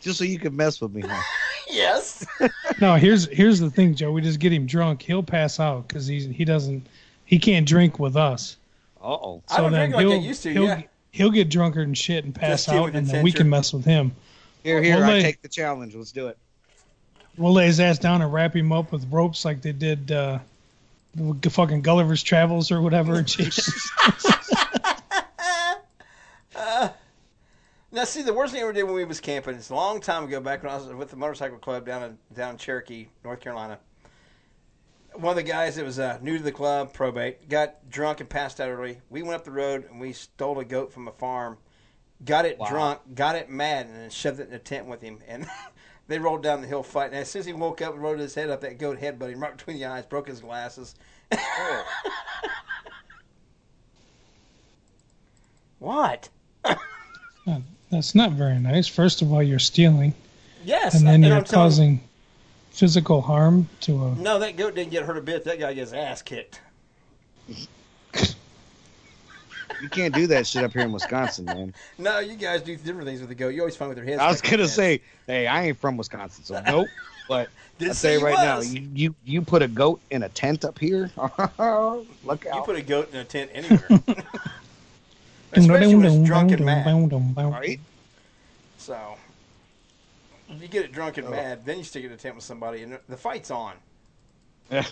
Speaker 3: Just so you can mess with me. Huh?
Speaker 1: Yes.
Speaker 2: No, here's here's the thing, Joe. We just get him drunk. He'll pass out because he's he doesn't he can't drink with us.
Speaker 3: Uh oh.
Speaker 1: I don't drink like I used to,
Speaker 2: He'll,
Speaker 1: yeah.
Speaker 2: he'll get drunker and shit and
Speaker 1: Just
Speaker 2: pass
Speaker 1: deal
Speaker 2: out,
Speaker 1: with
Speaker 2: and
Speaker 1: the
Speaker 2: then we
Speaker 1: tincture.
Speaker 2: can mess with him.
Speaker 3: Here, here.
Speaker 2: Well,
Speaker 3: I
Speaker 2: they-
Speaker 3: take the challenge. Let's do it.
Speaker 2: We'll lay his ass down and wrap him up with ropes like they did uh, the fucking Gulliver's Travels or whatever. Jesus.
Speaker 1: Now, see, the worst thing I ever did when we was camping is a long time ago, back when I was with the motorcycle club down in down in Cherokee, North Carolina. One of the guys that was uh, new to the club, probate, got drunk and passed out early. We went up the road and we stole a goat from a farm, got it
Speaker 3: Wow.
Speaker 1: drunk, got it mad, and then shoved it in a tent with him. And they rolled down the hill fighting. And as soon as he woke up and rolled his head up, that goat headbutted him right between the eyes, broke his glasses. What?
Speaker 2: That's not very nice. First of all, you're stealing,
Speaker 1: Yes,
Speaker 2: and then
Speaker 1: I-
Speaker 2: you're
Speaker 1: telling you-
Speaker 2: causing physical harm to a.
Speaker 1: No, that goat didn't get hurt a bit. That guy gets ass kicked.
Speaker 3: you can't do that shit up here in Wisconsin, man.
Speaker 1: No, you guys do different things with the goat. You always find with your hands.
Speaker 3: I was
Speaker 1: stuck in
Speaker 3: gonna
Speaker 1: your hands.
Speaker 3: say, hey, I ain't from Wisconsin, so nope. But
Speaker 1: Didn't
Speaker 3: I say
Speaker 1: say
Speaker 3: right
Speaker 1: you
Speaker 3: now,
Speaker 1: was.
Speaker 3: you, you you put a goat in a tent up here. Look
Speaker 1: you
Speaker 3: out!
Speaker 1: put a goat in a tent anywhere. Especially when it's drunk and mad.
Speaker 3: right?
Speaker 1: So if you get it drunk
Speaker 3: Oh.
Speaker 1: and mad, then you stick it in a tent with somebody, and the fight's on.
Speaker 3: Yeah.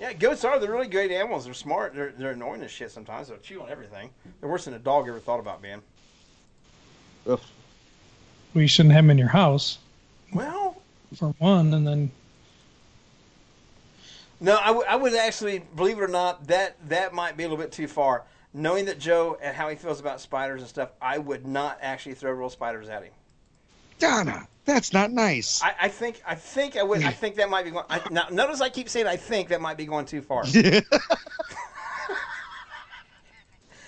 Speaker 1: Yeah, goats are. They're really great animals. They're smart. They're, they're annoying as shit sometimes. They'll chew on everything. They're worse than a dog ever thought about being.
Speaker 3: Ugh.
Speaker 2: Well, you shouldn't have them in your house
Speaker 1: Well,
Speaker 2: for one, and then
Speaker 1: No, I, w- I would actually believe it or not that that might be a little bit too far. Knowing that Joe and how he feels about spiders and stuff, I would not actually throw real spiders at him.
Speaker 3: Donna, that's not nice.
Speaker 1: I, I think I think I would. I think that might be going. I, now, notice I keep saying I think that might be going too far.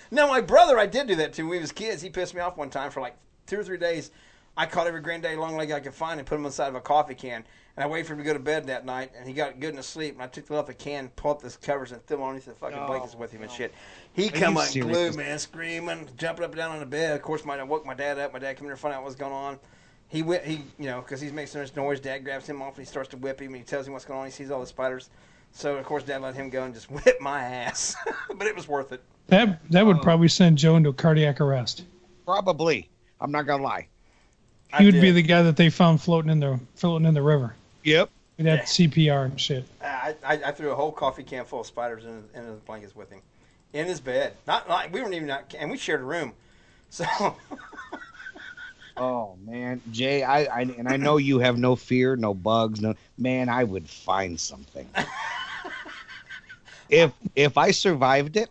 Speaker 1: no, my brother, I did do that too. When we was kids, he pissed me off one time for like two or three days. I caught every granddaddy long leg I could find and put him inside of a coffee can. And I waited for him to go to bed that night, and he got good enough sleep. And I took off the can, pulled up his covers, and threw him underneath the fucking blankets with him and shit. He come
Speaker 3: you
Speaker 1: up
Speaker 3: serious?
Speaker 1: glued, man, screaming, jumping up and down on the bed. Of course, my, I woke my dad up. My dad came in to find out what's going on. He went, he you know, because he's making so much noise. Dad grabs him off and he starts to whip him. And he tells him what's going on. He sees all the spiders. So of course, Dad let him go and just whip my ass. but it was worth it.
Speaker 2: that that would probably send Joe into a cardiac arrest.
Speaker 3: Probably. I'm not gonna lie.
Speaker 1: I
Speaker 2: He would be
Speaker 1: did.
Speaker 2: the guy that they found floating in the floating in the river.
Speaker 3: Yep.
Speaker 2: He'd have
Speaker 1: Yeah.
Speaker 2: CPR and shit.
Speaker 1: I, I, I threw a whole coffee can full of spiders in his, in his blankets with him, in his bed. Not like we weren't even out, and we shared a room. So
Speaker 3: Oh man, Jay, I, I and I know you have no fear, no bugs, no man. I would find something. if if I survived it,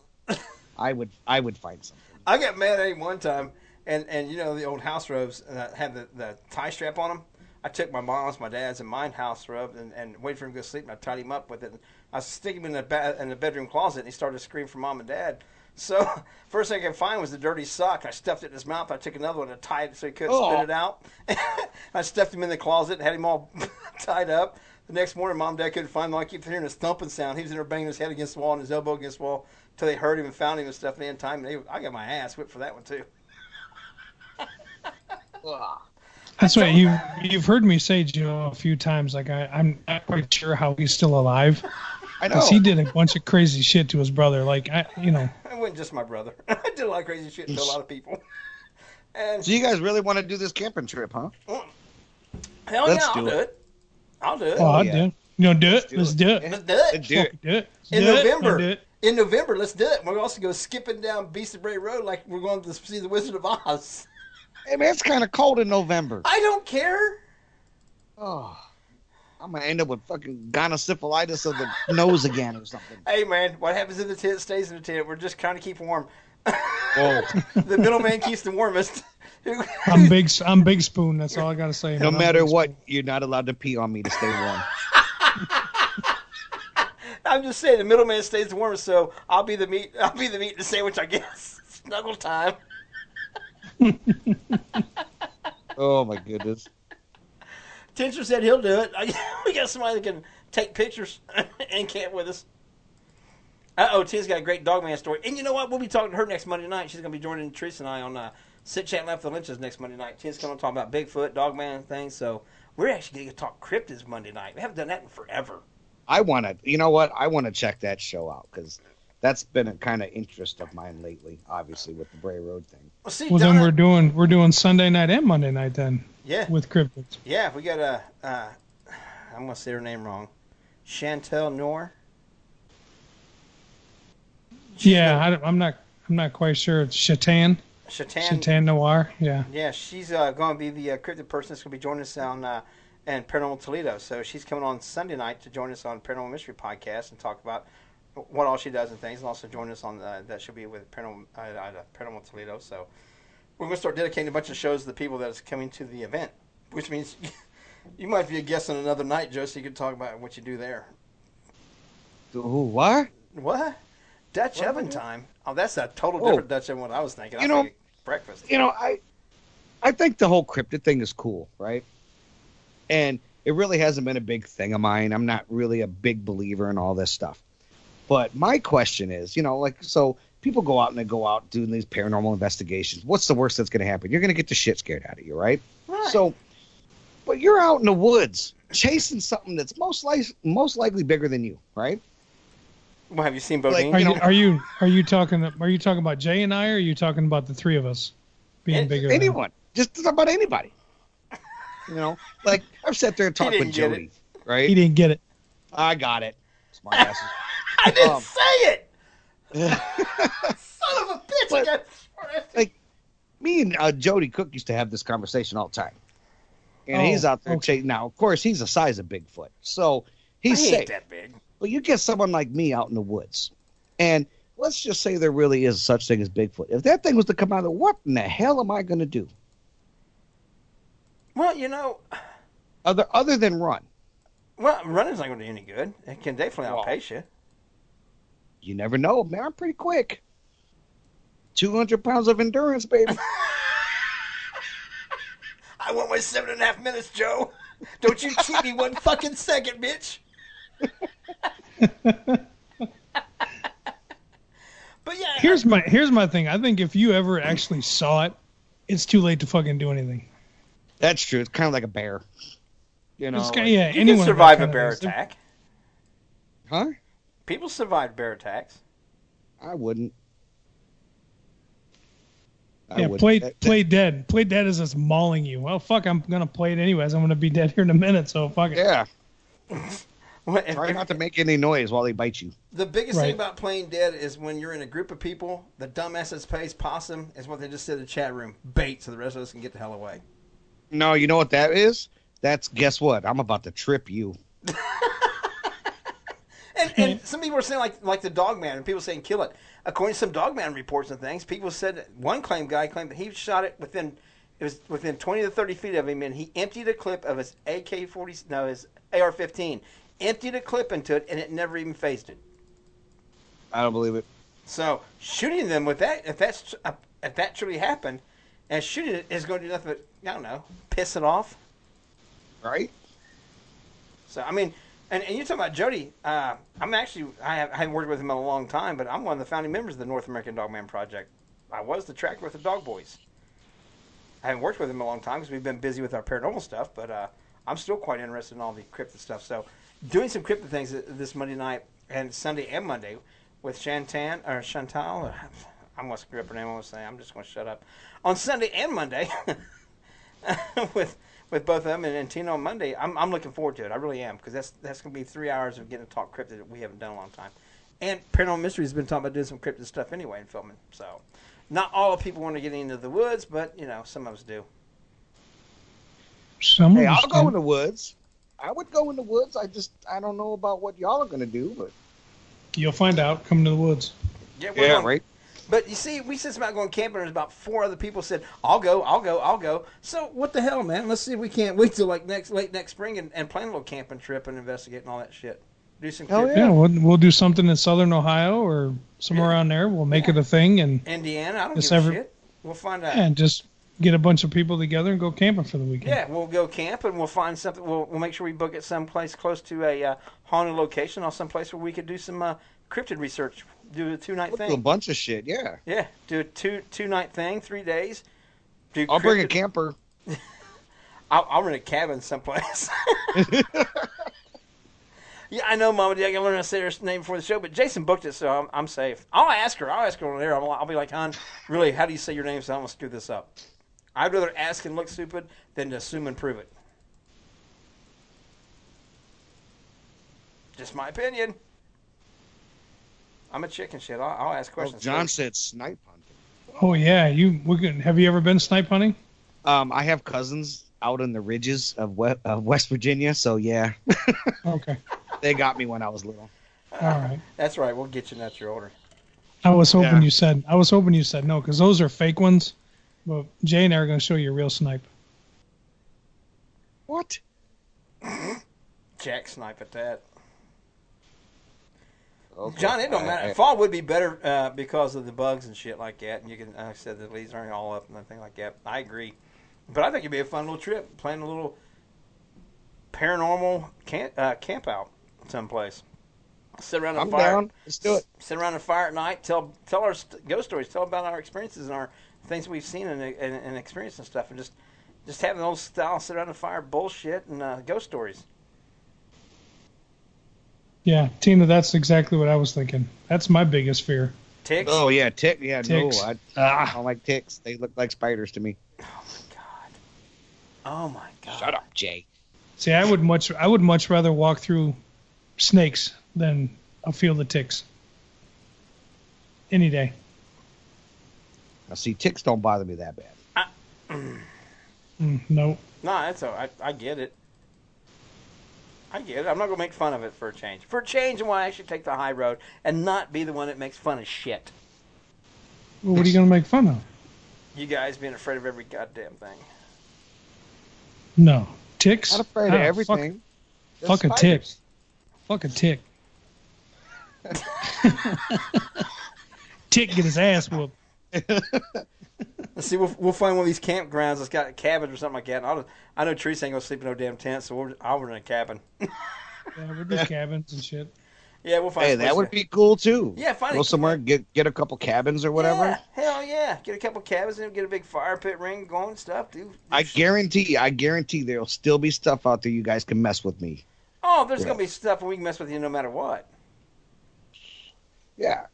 Speaker 3: I would I would find something.
Speaker 1: I got mad at him one time, and and you know the old house robes uh, had the, the tie strap on them. I took my mom's, my dad's, and mine house robe and, and waited for him to go to sleep, and I tied him up with it. I sticking him in the ba- in the bedroom closet, and he started to scream for mom and dad. So first thing I could find was the dirty sock. I stuffed it in his mouth. I took another one and tied it so he couldn't spit
Speaker 3: Oh.
Speaker 1: it out. I stuffed him in the closet, had him all tied up. The next morning, mom and dad couldn't find him. I keep hearing his thumping sound. He was in there banging his head against the wall and his elbow against the wall till they heard him and found him and stuff. And they had time, and they, I got my ass whipped for that one too.
Speaker 2: That's what you you've heard me say, Joe, a few times. Like I, I'm not quite sure how he's still alive
Speaker 3: I know.
Speaker 2: because he did a bunch of crazy shit to his brother. Like I, you know,
Speaker 1: It wasn't just my brother. I did a lot of crazy shit to a lot of people. And
Speaker 3: So you guys really want to do this camping trip, huh?
Speaker 1: hell
Speaker 3: let's
Speaker 1: yeah, I'll
Speaker 3: do
Speaker 1: do it. I'll do it.
Speaker 2: oh, I'd
Speaker 3: yeah.
Speaker 2: do. it. You know, do it. Let's do it.
Speaker 1: Let's do it.
Speaker 3: Let's do it.
Speaker 2: Fuck, do it. Let's
Speaker 1: in
Speaker 2: do it.
Speaker 1: November.
Speaker 2: I'll do it.
Speaker 1: In November, let's do it. We're also go skipping down Beast of Bray Road like we're going to see the Wizard of Oz.
Speaker 3: Hey man, it's kind of cold in November.
Speaker 1: I don't care.
Speaker 3: Oh, I'm gonna end up with fucking gonosyphilitis of the nose again or something.
Speaker 1: Hey man, what happens in the tent stays in the tent. We're just trying to keep warm.
Speaker 3: Oh,
Speaker 1: The middleman keeps the warmest.
Speaker 2: I'm big. I'm big spoon. That's all I gotta say.
Speaker 3: no
Speaker 2: I'm
Speaker 3: matter
Speaker 2: Big
Speaker 3: what,
Speaker 2: Spoon.
Speaker 3: you're not allowed to pee on me to stay warm.
Speaker 1: I'm just saying the middleman stays the warmest, so I'll be the meat. I'll be the meat and the sandwich, I guess. Snuggle time.
Speaker 3: Oh my goodness.
Speaker 1: Tincher said he'll do it. we got somebody that can take pictures and camp with us. Uh oh, Tia's got a great dog man story. And you know what? We'll be talking to her next Monday night. She's going to be joining Teresa and I on uh, Sit Chat and Laugh at the Lynches next Monday night. Tia's going to talk about Bigfoot, dog man, and things. So we're actually going to talk cryptids Monday night. We haven't done that in forever.
Speaker 3: I want to, you know what? I want to check that show out because that's been a kind of interest of mine lately, obviously, with the Bray Road thing.
Speaker 1: Well, see,
Speaker 2: Well, then
Speaker 1: Donna-
Speaker 2: we're doing we're doing Sunday night and Monday night then
Speaker 1: yeah,
Speaker 2: with cryptids.
Speaker 1: yeah. We got a. Uh, I'm going to say her name wrong. Chantel Noor.
Speaker 2: Yeah, I, don't- I'm not. I'm not quite sure. It's Shatan.
Speaker 1: Chatan.
Speaker 2: Shatan Noir. Yeah.
Speaker 1: Yeah, she's uh, going to be the uh, cryptid person that's going to be joining us on uh, and Paranormal Toledo. So she's coming on Sunday night to join us on Paranormal Mystery Podcast and talk about what all she does and things, and also join us on uh, that she'll be with Paranormal uh, uh, Paranormal Toledo. So we're going to start dedicating a bunch of shows to the people that is coming to the event, which means you might be a guest on another night, Joe, so you can talk about what you do there.
Speaker 3: Ooh, what?
Speaker 1: What? Dutch oven time? Oh, that's a total
Speaker 3: Oh.
Speaker 1: different Dutch oven than what I was thinking.
Speaker 3: You
Speaker 1: I
Speaker 3: know-
Speaker 1: think breakfast.
Speaker 3: You know, I, I think the whole cryptid thing is cool, right? And it really hasn't been a big thing of mine. I'm not really a big believer in all this stuff. But my question is, you know, like, so people go out and they go out doing these paranormal investigations. What's the worst that's going to happen? You're going to get the shit scared out of you, right?
Speaker 1: Right.
Speaker 3: So, but you're out in the woods chasing something that's most like most likely bigger than you, right?
Speaker 1: Well, have you seen
Speaker 3: Like,
Speaker 1: Bodine?
Speaker 2: Are
Speaker 3: You
Speaker 2: you,
Speaker 3: know-
Speaker 2: are you are you talking are you talking about Jay and I? Or are you talking about the three of us being
Speaker 1: Any-
Speaker 2: bigger? than-
Speaker 3: Anyone, just about anybody. You know, like I've sat there and
Speaker 1: He
Speaker 3: talked with
Speaker 1: didn't get
Speaker 3: Jody, right?
Speaker 2: He didn't get it.
Speaker 3: I got it. Smart asses.
Speaker 1: I didn't
Speaker 3: Um,
Speaker 1: say it. Son of a bitch! I
Speaker 3: But-
Speaker 1: got
Speaker 3: me and uh, Jody Cook used to have this conversation all the time. And
Speaker 2: Oh,
Speaker 3: he's out there
Speaker 2: okay.
Speaker 3: chasing. Now, of course, he's the size of Bigfoot, so he's
Speaker 1: he ain't
Speaker 3: safe.
Speaker 1: that big.
Speaker 3: But you get someone like me out in the woods, and let's just say there really is such thing as Bigfoot. If that thing was to come out of, the- what in the hell am I going to do?
Speaker 1: Well, you know,
Speaker 3: Other other than run,
Speaker 1: well, running's not going to do any good. It can definitely
Speaker 3: Well,
Speaker 1: outpace you.
Speaker 3: you never know, man. I'm pretty quick. Two hundred pounds of endurance, baby.
Speaker 1: I want my seven and a half minutes, Joe. Don't you cheat me one fucking second, bitch. but yeah,
Speaker 2: Here's my here's my thing. I think if you ever actually saw it, it's too late to fucking do anything.
Speaker 3: That's true. It's kind of like a bear. You know,
Speaker 2: It's ki-
Speaker 3: like-
Speaker 2: yeah,
Speaker 1: you
Speaker 2: anyone
Speaker 1: can
Speaker 2: would
Speaker 1: survive a
Speaker 2: kinda
Speaker 1: bear
Speaker 2: ask them.
Speaker 1: attack.
Speaker 3: huh?
Speaker 1: People survive bear attacks.
Speaker 3: I wouldn't. I
Speaker 2: Yeah,
Speaker 3: wouldn't.
Speaker 2: play
Speaker 3: That- that-
Speaker 2: play dead. Play dead is us mauling you. Well, fuck, I'm gonna play it anyways. I'm gonna be dead here in a minute, so fuck it.
Speaker 3: Yeah,
Speaker 1: Well, if-
Speaker 3: try
Speaker 1: if-
Speaker 3: not to make any noise while they bite you.
Speaker 1: The biggest
Speaker 2: Right.
Speaker 1: thing about playing dead is when you're in a group of people, the dumbass that plays possum is what they just said in the chat room bait so the rest of us can get the hell away.
Speaker 3: No, you know what that is? That's guess what? I'm about to trip you.
Speaker 1: And, and some people are saying like like the dog man and people saying kill it. According to some dog man reports and things, people said that one claim guy claimed that he shot it within it was within twenty to thirty feet of him and he emptied a clip of his AK forty no his AR fifteen, emptied a clip into it and it never even phased it.
Speaker 3: I don't believe it.
Speaker 1: So shooting them with that if that's uh, if that truly happened, and shooting it is going to do nothing but I don't know piss it off.
Speaker 3: Right?
Speaker 1: So I mean, and, and you're talking about Jody. Uh, I'm actually I, have, I haven't worked with him in a long time, but I'm one of the founding members of the North American Dogman Project. I was the tracker with the Dog Boys. I haven't worked with him in a long time because we've been busy with our paranormal stuff, but uh, I'm still quite interested in all the cryptid stuff. So doing some cryptid things th- this Monday night and Sunday and Monday with Shantan or Chantal. I'm gonna screw up her name. I'm gonna say I'm just gonna shut up on Sunday and Monday. with with both of them and, and Tina on Monday. I'm, I'm looking forward to it. I really am because that's that's going to be three hours of getting to talk cryptid that we haven't done in a long time. And Paranormal Mystery has been talking about doing some cryptid stuff anyway and filming. So, not all people want to get into the woods, but you know some of us do.
Speaker 2: Some
Speaker 3: Hey,
Speaker 2: of us
Speaker 3: I'll go
Speaker 2: do.
Speaker 3: in the woods. I would go in the woods. I just I don't know about what y'all are gonna do, but
Speaker 2: You'll find out. Come to the woods.
Speaker 1: Yeah,
Speaker 3: yeah, right.
Speaker 1: But you see, we said about going camping, and about four other people said, "I'll go, I'll go, I'll go." So what the hell, man? Let's see if we can't wait till like next late next spring and, and plan a little camping trip and investigate and all that shit. Do some
Speaker 3: Hell
Speaker 1: cryptid.
Speaker 2: Yeah, we'll, we'll do something in Southern Ohio or somewhere around there. We'll make it a thing and
Speaker 1: Indiana, I don't
Speaker 2: Yes,
Speaker 1: give a
Speaker 2: every-
Speaker 1: shit. We'll find out.
Speaker 2: and just get a bunch of people together and go camping for the weekend.
Speaker 1: Yeah, we'll go camp and we'll find something. We'll, we'll make sure we book it someplace close to a uh, haunted location or someplace where we could do some uh, cryptid research. Do a two night
Speaker 3: We'll do a
Speaker 1: thing.
Speaker 3: bunch of shit. Yeah,
Speaker 1: Yeah, do a two two night thing, three days. Do
Speaker 3: I'll bring a
Speaker 1: cryptid-
Speaker 3: camper.
Speaker 1: I'll, I'll rent a cabin someplace. yeah, I know, Mama. Dad, I can learn how to say her name before the show, but Jason booked it, so I'm, I'm safe. I'll ask her. I'll ask her on there. I'll, I'll be like, hon, really, how do you say your name so I don't screw this up? I'd rather ask and look stupid than to assume and prove it. Just my opinion. I'm a chicken shit. I'll, I'll ask
Speaker 3: Well,
Speaker 1: questions.
Speaker 3: Oh, John said snipe hunting.
Speaker 2: Oh yeah, you. We can, have you ever been snipe hunting?
Speaker 3: Um, I have cousins out in the ridges of, we- of West Virginia, so yeah,
Speaker 2: Okay,
Speaker 3: they got me when I was little.
Speaker 2: all right.
Speaker 1: That's right. We'll get you nuts. You're older.
Speaker 2: I was hoping
Speaker 3: Yeah.
Speaker 2: you said. I was hoping you said no because those are fake ones. But Jay and I are going to show you a real snipe.
Speaker 3: What?
Speaker 1: Jack snipe at that.
Speaker 3: Okay.
Speaker 1: John, it don't
Speaker 3: I-
Speaker 1: matter.
Speaker 3: I-
Speaker 1: Fall would be better uh, because of the bugs and shit like that, and you can, like I said, the leaves aren't all up and everything like that. I agree, but I think it'd be a fun little trip, playing a little paranormal camp, uh, camp out someplace. Sit around a
Speaker 3: I'm
Speaker 1: fire.
Speaker 3: down. Let's do it.
Speaker 1: Sit around a fire at night. Tell tell our st- ghost stories. Tell about our experiences and our things we've seen and and, and experienced and stuff. And just just having those style sit around a fire bullshit and uh, ghost stories.
Speaker 2: Yeah, Tina, that's exactly what I was thinking. That's my biggest fear.
Speaker 1: Ticks.
Speaker 3: Oh yeah, tick. Yeah,
Speaker 2: Ticks.
Speaker 3: no, I, I
Speaker 2: Ah,
Speaker 3: don't like ticks. They look like spiders to me.
Speaker 1: God. Oh my God.
Speaker 3: Shut up, Jay.
Speaker 2: see, I would much, I would much rather walk through snakes than a field of ticks. Any day.
Speaker 3: Now see, ticks don't bother me that bad.
Speaker 2: Mm, no,
Speaker 1: No, that's all. I, I get it. I get it. I'm not gonna make fun of it for a change. For a change, I want to actually take the high road and not be the one that makes fun of shit.
Speaker 2: well, what are you going to make fun of?
Speaker 1: You guys being afraid of every goddamn thing.
Speaker 2: No ticks.
Speaker 3: Not afraid
Speaker 2: Ah,
Speaker 3: of
Speaker 2: fuck-
Speaker 3: everything. They're
Speaker 2: Fucking
Speaker 3: spiders.
Speaker 2: ticks. Fuck, a tick. tick get his ass whooped.
Speaker 1: Let's see. We'll, we'll find one of these campgrounds that's got a cabin or something like that. And I'll, I know Teresa ain't gonna sleep in no damn tent, so we'll, I'll rent a cabin.
Speaker 2: Yeah, we'll do cabins and shit.
Speaker 1: Yeah, we'll find.
Speaker 3: Hey,
Speaker 1: a place
Speaker 3: that would
Speaker 1: to-
Speaker 3: be cool too.
Speaker 1: Yeah, find
Speaker 3: Go
Speaker 1: a-
Speaker 3: somewhere, get get a couple cabins or whatever.
Speaker 1: Yeah, hell yeah! Get a couple cabins and get a big fire pit ring going and stuff. Do.
Speaker 3: I guarantee, I guarantee there'll still be stuff out there you guys can mess with me.
Speaker 1: Oh, there's gonna
Speaker 3: Yeah.
Speaker 1: be stuff we can mess with you no matter what.
Speaker 3: Yeah.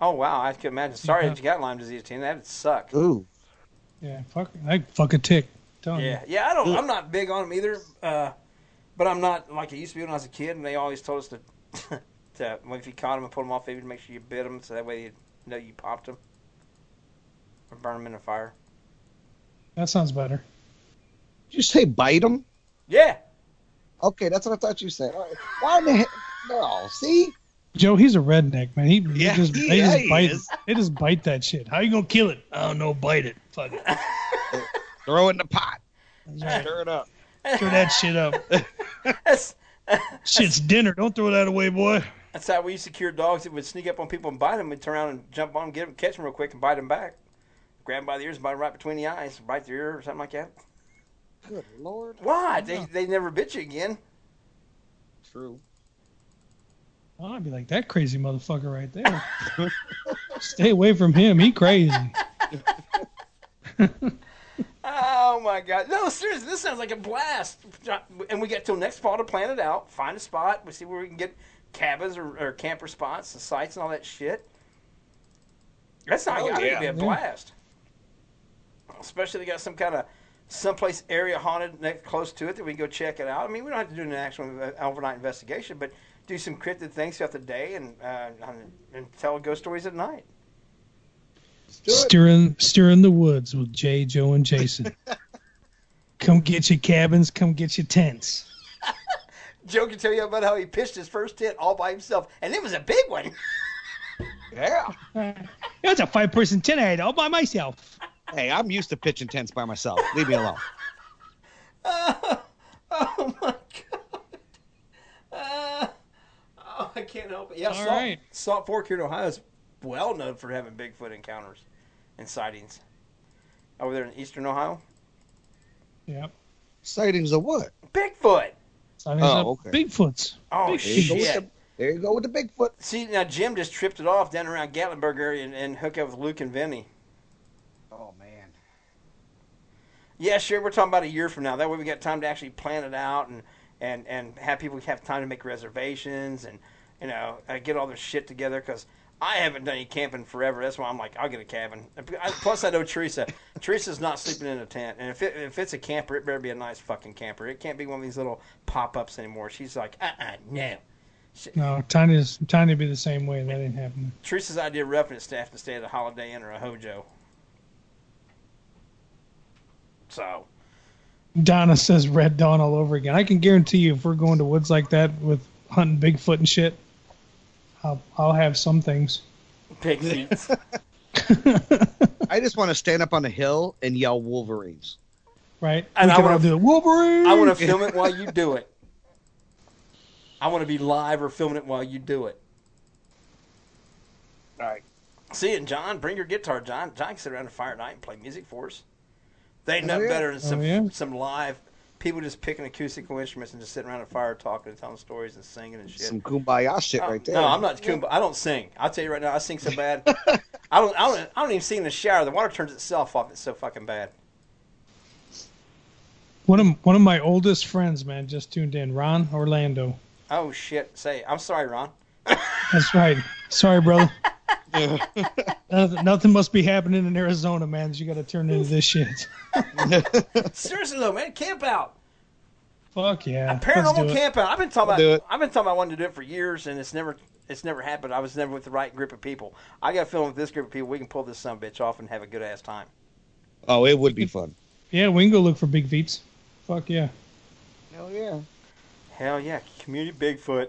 Speaker 1: Oh wow, I could imagine. Sorry
Speaker 2: Yeah.
Speaker 1: that you got Lyme disease, Tina. That'd suck.
Speaker 3: Ooh.
Speaker 2: Yeah, fuck, I fuck a tick. Telling you.
Speaker 1: Yeah, yeah. I don't. I'm not big on them either. Uh, but I'm not like I used to be when I was a kid, and they always told us to, to well, if you caught them and pulled them off, even make sure you bit them, so that way you know you popped them or burn them in a fire.
Speaker 2: that sounds better.
Speaker 3: Did you say bite them?
Speaker 1: Yeah,
Speaker 3: Okay, that's what I thought you said. All right. Why in the heck? No, see?
Speaker 2: Joe, he's a redneck, man. He, he
Speaker 3: Yeah,
Speaker 2: just,
Speaker 3: he-
Speaker 2: they
Speaker 3: yeah,
Speaker 2: just
Speaker 3: he
Speaker 2: bite.
Speaker 3: is.
Speaker 2: They just bite that shit. How you gonna kill it? I don't know. Bite it. Fuck it.
Speaker 3: Throw it in the pot. Stir it up.
Speaker 2: Throw that shit up.
Speaker 1: that's
Speaker 2: Shit's dinner. Don't throw that away, boy.
Speaker 1: that's how we used to cure dogs that would sneak up on people and bite them. We'd turn around and jump on them, get them, catch them real quick, and bite them back. Grab them by the ears, and bite them right between the eyes, bite their ear or something like that.
Speaker 3: Good lord.
Speaker 1: Why? They they never bit you again.
Speaker 3: True.
Speaker 2: Oh, I'd be like that crazy motherfucker right there. Stay away from him. He crazy.
Speaker 1: Oh my god! No, seriously, this sounds like a blast. And we got till next fall to plan it out, find a spot, we see where we can get cabins or, or camper spots and sites and all that shit. That's not
Speaker 3: Oh,
Speaker 1: gotta
Speaker 3: yeah.
Speaker 1: be a blast. Especially if they got some kind of someplace area haunted next, close to it that we can go check it out. I mean, we don't have to do an actual uh, overnight investigation, but do some cryptid things throughout the day and uh, and, and tell ghost stories at night.
Speaker 3: Let's do it.
Speaker 2: Steering, steering the woods with Jay, Joe, and Jason. come get your cabins. Come get your tents.
Speaker 1: Joe can tell you about how he pitched his first tent all by himself, and it was a big one.
Speaker 3: Yeah.
Speaker 2: That's a five-person tent I had all by myself.
Speaker 3: Hey, I'm used to pitching tents by myself. Leave me alone.
Speaker 1: Oh my god. Uh, oh, I can't help it. Yeah,
Speaker 2: All
Speaker 1: Salt,
Speaker 2: right.
Speaker 1: Salt Fork here in Ohio is well known for having Bigfoot encounters and sightings. Over there in eastern Ohio.
Speaker 2: Yep.
Speaker 3: Sightings of what?
Speaker 1: Bigfoot!
Speaker 2: So
Speaker 3: Oh,
Speaker 2: oh,
Speaker 3: okay.
Speaker 2: Bigfoots.
Speaker 1: Oh,
Speaker 2: Big
Speaker 3: There you, go
Speaker 1: shit.
Speaker 3: with the, there you go with the Bigfoot.
Speaker 1: See, now Jim just tripped it off down around Gatlinburg area and, and hooked up with Luke and Vinny.
Speaker 3: Oh, man.
Speaker 1: Yeah, sure, we're talking about a year from now. That way we got time to actually plan it out and, and, and have people have time to make reservations and, you know, uh, get all their shit together because I haven't done any camping forever. That's why I'm like, I'll get a cabin. And p- I- Plus, I know Teresa. Teresa's not sleeping in a tent. And if, it, if it's a camper, it better be a nice fucking camper. It can't be one of these little pop ups anymore. She's like, uh uh no.
Speaker 2: No, Tiny's Tiny be the same way. That ain't happening.
Speaker 1: Teresa's idea of roughing it staff to stay at a Holiday Inn or a Hojo. So,
Speaker 2: Donna says Red Dawn all over again. I can guarantee you, if we're going to woods like that with hunting Bigfoot and shit, I'll, I'll have some things.
Speaker 1: pig feet.
Speaker 3: I just want to stand up on a hill and yell Wolverines.
Speaker 2: Right?
Speaker 1: And
Speaker 2: we
Speaker 1: I
Speaker 2: can
Speaker 1: wanna-
Speaker 2: all do the Wolverine.
Speaker 1: I
Speaker 3: Mm.
Speaker 1: want to film it while you do it. I want to be live or filming it while you do it.
Speaker 3: All right.
Speaker 1: See, and John, bring your guitar, John. John can sit around a fire at night and play music for us. They ain't nothing
Speaker 3: Oh, yeah.
Speaker 1: better than some
Speaker 2: yeah.
Speaker 1: some live people just picking acoustical instruments and just sitting around a fire talking and telling stories and singing and shit.
Speaker 3: Some kumbaya shit
Speaker 1: Uh,
Speaker 3: right there.
Speaker 1: No, I'm not Kumba. I don't sing. I'll tell you right now, I sing so bad. I don't. I don't. I don't even sing in the shower. The water turns itself off. It's so fucking bad.
Speaker 2: One of one of my oldest friends, man, just tuned in. Ron Orlando.
Speaker 1: Oh shit! Say, I'm sorry, Ron.
Speaker 2: That's right. Sorry, brother. nothing, nothing must be happening in Arizona, man. You got to turn into this shit.
Speaker 1: Seriously though, man, camp out.
Speaker 2: Fuck yeah. Let's do
Speaker 1: Paranormal
Speaker 2: it.
Speaker 1: camp out. I've been talking
Speaker 3: do
Speaker 1: about.
Speaker 3: it.
Speaker 1: I've been talking about wanting to do it for years, and it's never. It's never happened. I was never with the right group of people. I got a feeling with this group of people, we can pull this son of a bitch off and have a good ass time.
Speaker 3: Oh, it would be fun.
Speaker 2: Yeah, we can go look for big veeps. Fuck yeah.
Speaker 3: Hell yeah.
Speaker 1: Hell yeah, community Bigfoot,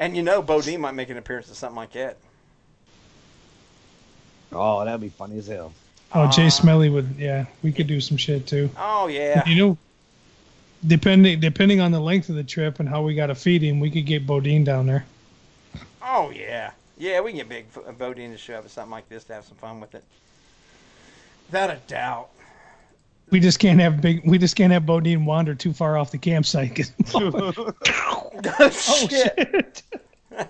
Speaker 1: and you know, Bo Dean might make an appearance or something like that.
Speaker 3: Oh, that'd be funny as hell.
Speaker 2: Oh, Jay
Speaker 1: Ah.
Speaker 2: Smelly would. Yeah, we could do some shit too.
Speaker 1: Oh yeah.
Speaker 2: You know, depending depending on the length of the trip and how we got to feed him, we could get Bodine down there.
Speaker 1: Oh yeah, yeah. We can get big F- Bodine to show up or something like this to have some fun with it. Without a doubt.
Speaker 2: We just can't have big. We just can't have Bodine wander too far off the campsite. 'cause-
Speaker 1: oh
Speaker 2: oh
Speaker 1: shit!
Speaker 2: shit! Oh,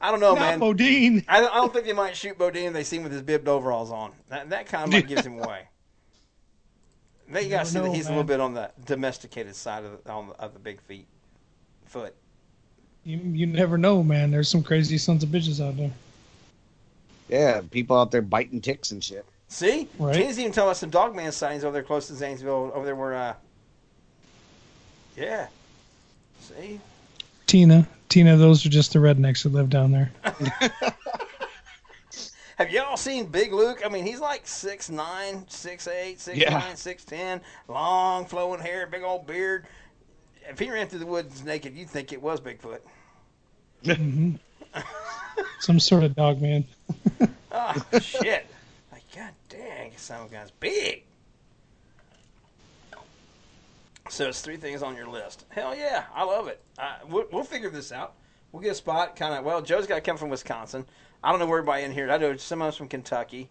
Speaker 1: I don't know,
Speaker 2: Not
Speaker 1: man.
Speaker 2: Bodine.
Speaker 1: I don't, I don't think they might shoot Bodine if they see him with his bibbed overalls on. That, that kind of might gives him away. They got to
Speaker 2: don't
Speaker 1: see that
Speaker 2: know,
Speaker 1: he's a little
Speaker 2: man.
Speaker 1: bit on the domesticated side of the, on the, of the big feet foot.
Speaker 2: You, you never know, man. There's some crazy sons of bitches out there.
Speaker 3: Yeah, people out there biting ticks and shit.
Speaker 1: See,
Speaker 2: Right.
Speaker 1: Tina's even telling us some dogman sightings over there close to Zanesville, over there where, uh, yeah. See,
Speaker 2: Tina, Tina, those are just the rednecks that live down there.
Speaker 1: Have y'all seen Big Luke? I mean, he's like 6'9", 6'8", 6'9",
Speaker 3: Yeah.
Speaker 1: 6'10", long flowing hair, big old beard. If he ran through the woods naked, you'd think it was Bigfoot.
Speaker 2: Some sort of dog man.
Speaker 1: Oh, shit. Like, god dang, some guy's big. So it's three things on your list. Hell yeah, I love it. Uh, we'll, we'll figure this out. We'll get a spot, kind of. Well, Joe's got to come from Wisconsin. I don't know where everybody in here. I know some of us from Kentucky.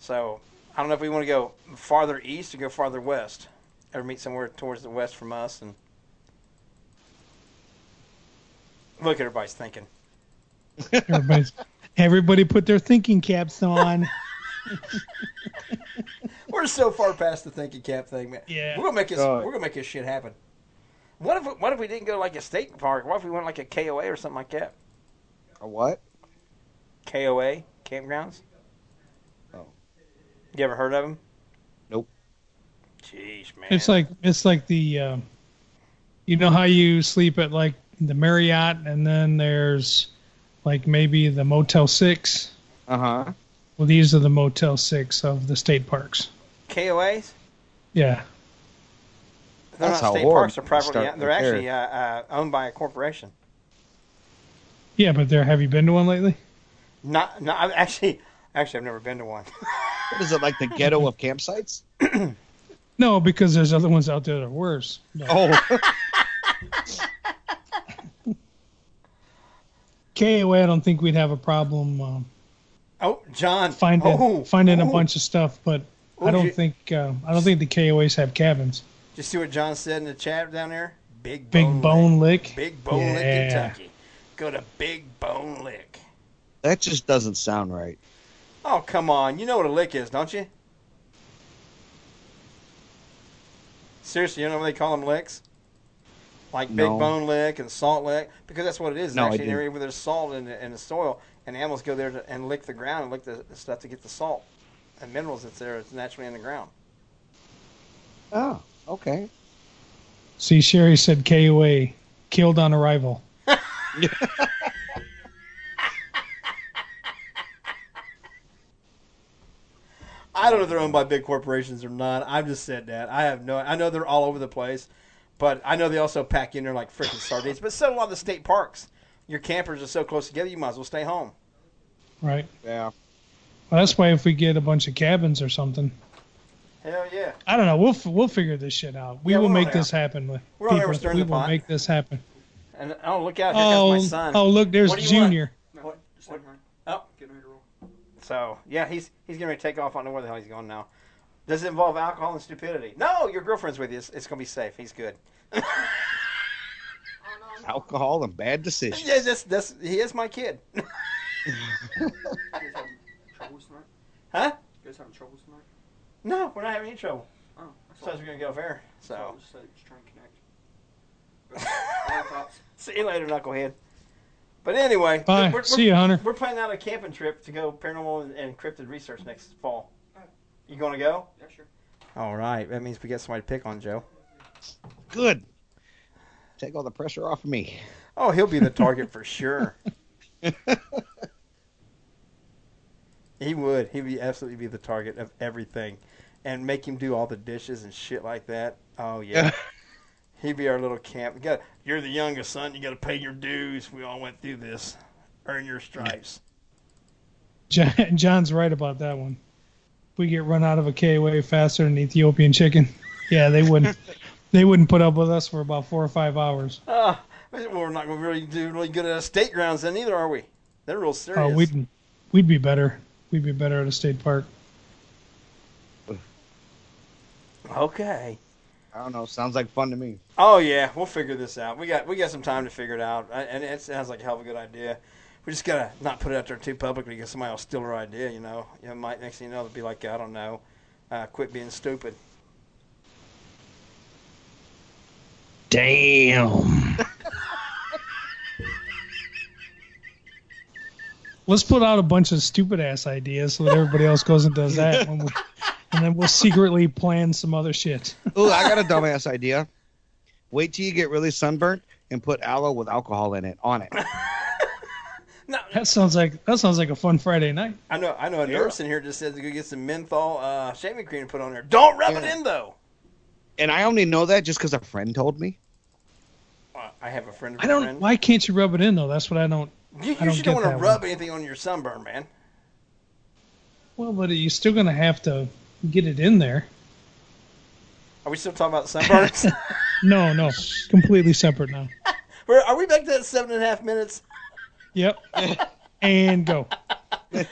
Speaker 1: So I don't know if we want to go farther east or go farther west, or meet somewhere towards the west from us. And look, everybody's thinking.
Speaker 2: Everybody's, everybody put their thinking caps on.
Speaker 1: We're so far past the thinking cap thing, man.
Speaker 2: Yeah.
Speaker 1: we're gonna make this.
Speaker 3: Oh.
Speaker 1: We're gonna make this shit happen. What if What if we didn't go like a state park? What if we went like a KOA or something like that?
Speaker 3: A what?
Speaker 1: KOA campgrounds.
Speaker 3: Oh.
Speaker 1: You ever heard of them?
Speaker 3: Nope.
Speaker 1: Jeez, man.
Speaker 2: It's like it's like the, uh, you know how you sleep at like the Marriott, and then there's like maybe the Motel Six.
Speaker 3: Uh huh.
Speaker 2: Well, these are the Motel Six of the state parks.
Speaker 1: KOAs.
Speaker 2: Yeah,
Speaker 1: They're
Speaker 3: That's
Speaker 1: not
Speaker 3: how
Speaker 1: state
Speaker 3: horrible
Speaker 1: parks. They're privately.
Speaker 3: start
Speaker 1: They're
Speaker 3: right there.
Speaker 1: actually uh, uh, owned by a corporation.
Speaker 2: yeah, but there. Have you been to one lately?
Speaker 1: Not. Not I've actually. Actually, I've never been to one.
Speaker 3: What is it like the ghetto of campsites?
Speaker 2: No, because there's other ones out there that are worse. But
Speaker 3: Oh,
Speaker 2: KOA, I don't think we'd have a problem um,
Speaker 1: Oh, John.
Speaker 2: finding
Speaker 1: oh,
Speaker 2: finding a
Speaker 1: oh.
Speaker 2: bunch of stuff, but
Speaker 1: Oh,
Speaker 2: I don't
Speaker 1: you-
Speaker 2: think uh, I don't think the KOAs have cabins.
Speaker 1: Did you see what John said in the chat down there? Big
Speaker 2: Big
Speaker 1: bone lick.
Speaker 2: Bone Lick.
Speaker 1: Big Bone Lick,
Speaker 2: Yeah.
Speaker 1: Kentucky. Go to Big Bone Lick.
Speaker 3: that just doesn't sound right.
Speaker 1: Oh, come on. You know what a lick is, don't you? Seriously, you know what they call them licks? Like Big
Speaker 3: No.
Speaker 1: Bone Lick and Salt Lick? Because that's what it is. It's
Speaker 3: No, I
Speaker 1: actually an
Speaker 3: didn't.
Speaker 1: area where there's salt in the, in the soil, and animals go there to, and lick the ground and lick the the stuff to get the salt and minerals that's there. It's naturally in the ground.
Speaker 3: Oh, okay.
Speaker 2: See, Sherry said KOA killed on arrival.
Speaker 1: I don't know if they're owned by big corporations or not. I've just said that. I have no. I know they're all over the place, but I know they also pack in there like freaking sardines. But so do a lot of the state parks. Your campers are so close together, you might as well stay home.
Speaker 2: Right.
Speaker 3: Yeah.
Speaker 2: Well, that's why if we get a bunch of cabins or something,
Speaker 1: Hell yeah!
Speaker 2: I don't know. We'll f- we'll figure this shit out. We
Speaker 1: Yeah,
Speaker 2: will
Speaker 1: we're
Speaker 2: make
Speaker 1: all there.
Speaker 2: this happen. With
Speaker 1: We're all there,
Speaker 2: people.
Speaker 1: we're stirring
Speaker 2: we
Speaker 1: the
Speaker 2: will
Speaker 1: pot.
Speaker 2: make this happen.
Speaker 1: And oh, look out! Here comes my
Speaker 2: Oh,
Speaker 1: son.
Speaker 2: oh, look, there's
Speaker 1: What do you want?
Speaker 2: Junior.
Speaker 1: What-
Speaker 4: Just
Speaker 1: what-
Speaker 4: never mind.
Speaker 1: Oh.
Speaker 4: Get ready to roll.
Speaker 1: So yeah, he's he's gonna take off. I don't know where the hell he's going now. Does it involve alcohol and stupidity? No, your girlfriend's with you. It's, it's going to be safe. He's good.
Speaker 3: Alcohol and bad decisions.
Speaker 1: Yeah, that's, that's, he is my kid.
Speaker 4: You guys having trouble tonight?
Speaker 1: Huh?
Speaker 4: You guys having trouble tonight?
Speaker 1: No, we're not having any trouble.
Speaker 4: Oh, that's all.
Speaker 1: Says we're going to get off air. So,
Speaker 4: Just, uh, just try and connect. All right, thoughts.
Speaker 1: see you later, Knucklehead. But anyway,
Speaker 2: Bye.
Speaker 1: we're-
Speaker 2: See you, Hunter.
Speaker 1: We're planning out a camping trip to go paranormal and, and cryptid research next fall. You going to go?
Speaker 4: Yeah, sure.
Speaker 1: All right. That means we got somebody to pick on, Joe.
Speaker 3: Good. Take all the pressure off of me.
Speaker 1: Oh, he'll be the target for sure. He would. He'd be absolutely be the target of everything, and make him do all the dishes and shit like that. Oh yeah. He'd be our little camp. You got. You're the youngest son. You got to pay your dues. We all went through this. Earn your stripes.
Speaker 2: John, John's right about that one. We get run out of a KOA faster than Ethiopian chicken. Yeah, they wouldn't. they wouldn't put up with us for about four or five hours.
Speaker 1: Ah, well, we're not going to really do really good at state grounds then either, are we? They're real serious.
Speaker 2: Oh, we'd we'd be better. We'd be better at a state park.
Speaker 1: Okay.
Speaker 3: I don't know. Sounds like fun to me.
Speaker 1: Oh yeah, we'll figure this out. We got we got some time to figure it out, I- and it sounds like a hell of a good idea. We just gotta not put it out there too publicly because somebody will steal our idea. You know, you know, might next thing you know they'll be like, I don't know, uh, quit being stupid.
Speaker 3: Damn.
Speaker 2: Let's put out a bunch of stupid ass ideas so that everybody else goes and does that, when we, and then we'll secretly plan some other shit.
Speaker 3: Ooh, I got a dumbass idea. Wait till you get really sunburnt and put aloe with alcohol in it on it.
Speaker 1: No,
Speaker 2: That sounds like that sounds like a fun Friday night.
Speaker 1: I know, I know. A nurse in here just said to go get some menthol uh, shaving cream to put on there. Don't rub it
Speaker 3: Yeah.
Speaker 1: in though.
Speaker 3: And I only know that just because a friend told me.
Speaker 1: Uh, I have a friend. Of
Speaker 2: I
Speaker 1: a
Speaker 2: don't.
Speaker 1: Friend.
Speaker 2: Why can't you rub it in though? That's what I don't.
Speaker 1: you you
Speaker 2: don't
Speaker 1: should don't
Speaker 2: get
Speaker 1: want to
Speaker 2: that
Speaker 1: rub anything on your sunburn, man.
Speaker 2: Well, but you're still gonna have to get it in there.
Speaker 1: Are we still talking about sunburns?
Speaker 2: No, no, completely separate now.
Speaker 1: We're- Are we back to that seven and a half minutes?
Speaker 2: Yep. and go.
Speaker 1: You're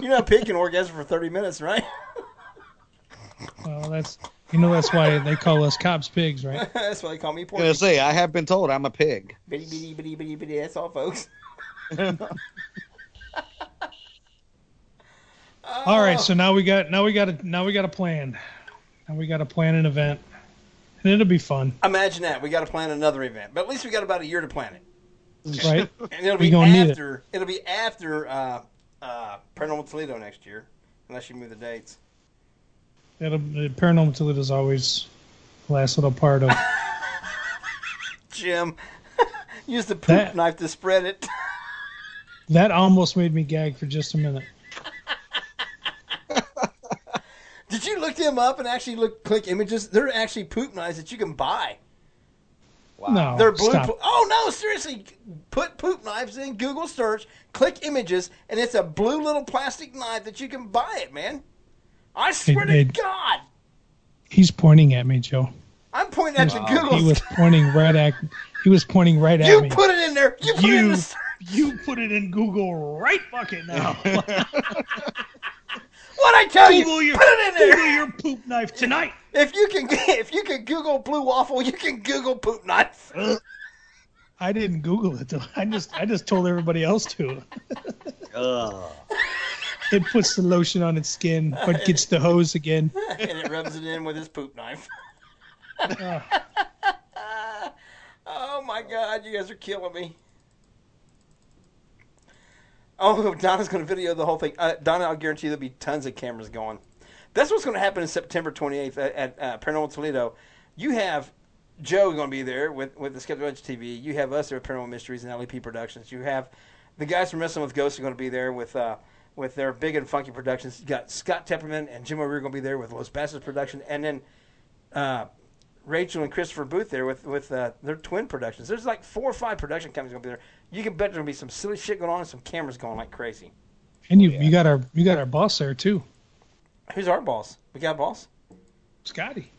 Speaker 1: not picking orgasm for thirty minutes, right?
Speaker 2: Well, that's you know that's why they call us cops pigs, right?
Speaker 1: That's why they call me
Speaker 3: I'm gonna
Speaker 1: Porky.
Speaker 3: say I have been told I'm a pig.
Speaker 1: Bitty bitty bitty bitty bitty. That's all, folks.
Speaker 2: All right, so now we got now we got a now we got a plan. Now we got to plan an event, and it'll be fun,
Speaker 1: Imagine that. We got to plan another event, but at least we got about a year to plan it,
Speaker 2: right?
Speaker 1: and it'll
Speaker 2: We
Speaker 1: be
Speaker 2: gonna need it.
Speaker 1: after. It. will be after uh, uh, Paranormal Toledo next year, unless you move the dates.
Speaker 2: It'll, the paranormal Toledo's always the last little part of.
Speaker 1: Jim, use the poop
Speaker 2: That-
Speaker 1: knife to spread it.
Speaker 2: That almost made me gag for just a minute.
Speaker 1: Did you look them up and actually look click images? They're actually poop knives that you can buy.
Speaker 2: No,
Speaker 1: They're blue.
Speaker 2: stop.
Speaker 1: po- oh no, seriously, put poop knives in Google search, click images, and it's a blue little plastic knife that you can buy it, man. I swear to
Speaker 2: it-
Speaker 1: God,
Speaker 2: He's pointing at me, Joe.
Speaker 1: I'm pointing at your Google.
Speaker 2: He was pointing right at. He was pointing right at
Speaker 1: you
Speaker 2: me.
Speaker 1: put it in there. You put it in
Speaker 2: you,
Speaker 1: the search.
Speaker 2: you put it in Google right bucket now.
Speaker 1: What I tell
Speaker 2: Google
Speaker 1: you,
Speaker 2: your,
Speaker 1: put it in there.
Speaker 2: Google your poop knife tonight.
Speaker 1: If you can, if you can Google blue waffle, you can Google poop knife.
Speaker 2: I didn't Google it though. I just I just told everybody else to.
Speaker 3: Ugh.
Speaker 2: It puts the lotion on its skin, but gets the hose again.
Speaker 1: and it rubs it in with his poop knife.
Speaker 2: Ah.
Speaker 1: oh my god, you guys are killing me. Oh, Donna's going to video the whole thing. Uh, Donna, I'll guarantee there'll be tons of cameras going. That's what's going to happen in September 28th at, at uh, Paranormal Toledo. You have Joe going to be there with, with the Skeptic Lunch TV. You have us there at Paranormal Mysteries and LEP Productions. You have the guys from Wrestling with Ghosts are going to be there with uh, with their Big and Funky Productions. You got Scott Tepperman and Jim O'Rear going to be there with Los Bastards Production. And then uh, Rachel and Christopher Booth there with with uh, their twin productions. There's like four or five production companies gonna be there. You can bet there's gonna be some silly shit going on and some cameras going like crazy.
Speaker 2: And you you got our you got our boss there too,
Speaker 1: Who's our boss? We got a boss.
Speaker 2: Scotty,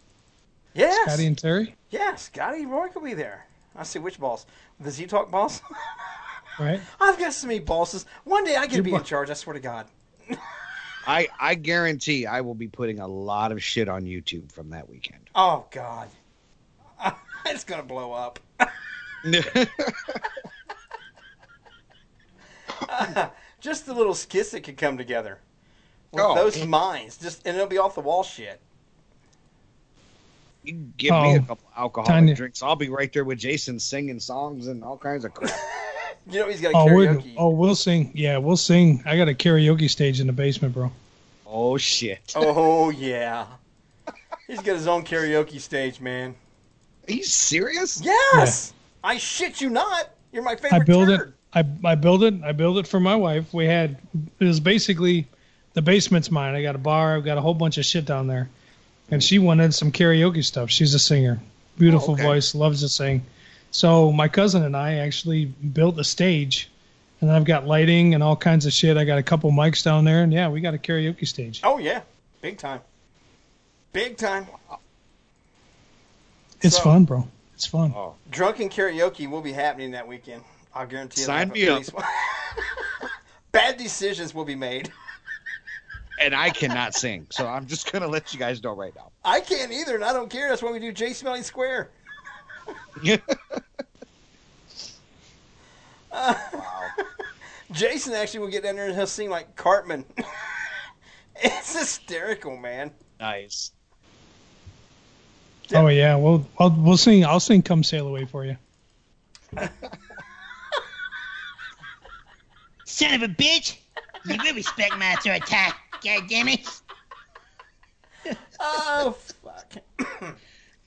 Speaker 1: Yes.
Speaker 2: Scotty and Terry,
Speaker 1: Yeah, Scotty Roy could be there. I see which boss. The Z Talk boss.
Speaker 2: right?
Speaker 1: I've got so many bosses. One day I could
Speaker 2: Your
Speaker 1: be
Speaker 2: bo-
Speaker 1: in charge. I swear to God.
Speaker 3: I I guarantee I will be putting a lot of shit on YouTube from that weekend.
Speaker 1: Oh God, it's gonna blow up. just the little skits that could come together with
Speaker 3: Oh,
Speaker 1: those
Speaker 3: it-
Speaker 1: minds. Just and it'll be off the wall shit.
Speaker 3: you can give me a
Speaker 2: Oh,
Speaker 3: couple alcoholic
Speaker 2: Tanya.
Speaker 3: drinks. I'll be right there with Jason singing songs and all kinds of crap.
Speaker 1: You know he's got a
Speaker 2: Oh, we'll,
Speaker 1: karaoke.
Speaker 2: oh, we'll sing. Yeah, we'll sing. I got a karaoke stage in the basement, bro.
Speaker 3: oh shit.
Speaker 1: oh yeah, he's got his own karaoke stage, man.
Speaker 3: Are you serious?
Speaker 1: Yes, I shit you not. You're my favorite.
Speaker 2: I build it.
Speaker 1: turd.
Speaker 2: I, I build it. I build it for my wife. We had it was basically the basement's mine. I got a bar. I've got a whole bunch of shit down there, and she wanted some karaoke stuff. She's a singer, beautiful
Speaker 3: Oh, okay.
Speaker 2: voice, loves to sing. So my cousin and I actually built a stage, and I've got lighting and all kinds of shit. I got a couple mics down there, and yeah, we got a karaoke stage.
Speaker 1: Oh yeah, big time. Big time.
Speaker 2: It's
Speaker 1: so-
Speaker 2: fun, bro. It's fun.
Speaker 3: Oh.
Speaker 1: Drunken karaoke will be happening that weekend. I'll guarantee. it'll
Speaker 3: Sign
Speaker 1: happen
Speaker 3: me
Speaker 1: at
Speaker 3: up.
Speaker 1: least one- Bad decisions will be made.
Speaker 3: And I cannot sing, so I'm just gonna let you guys know right now.
Speaker 1: I can't either, and I don't care. That's why we do J Smelly Square. Jason actually will get in there and he'll sing like Cartman. it's hysterical, man.
Speaker 3: nice.
Speaker 2: Oh yeah, we'll I'll, we'll sing. I'll sing "Come Sail Away" for you.
Speaker 5: Son of a bitch! You will respect my authority, God damn it!
Speaker 1: Oh fuck!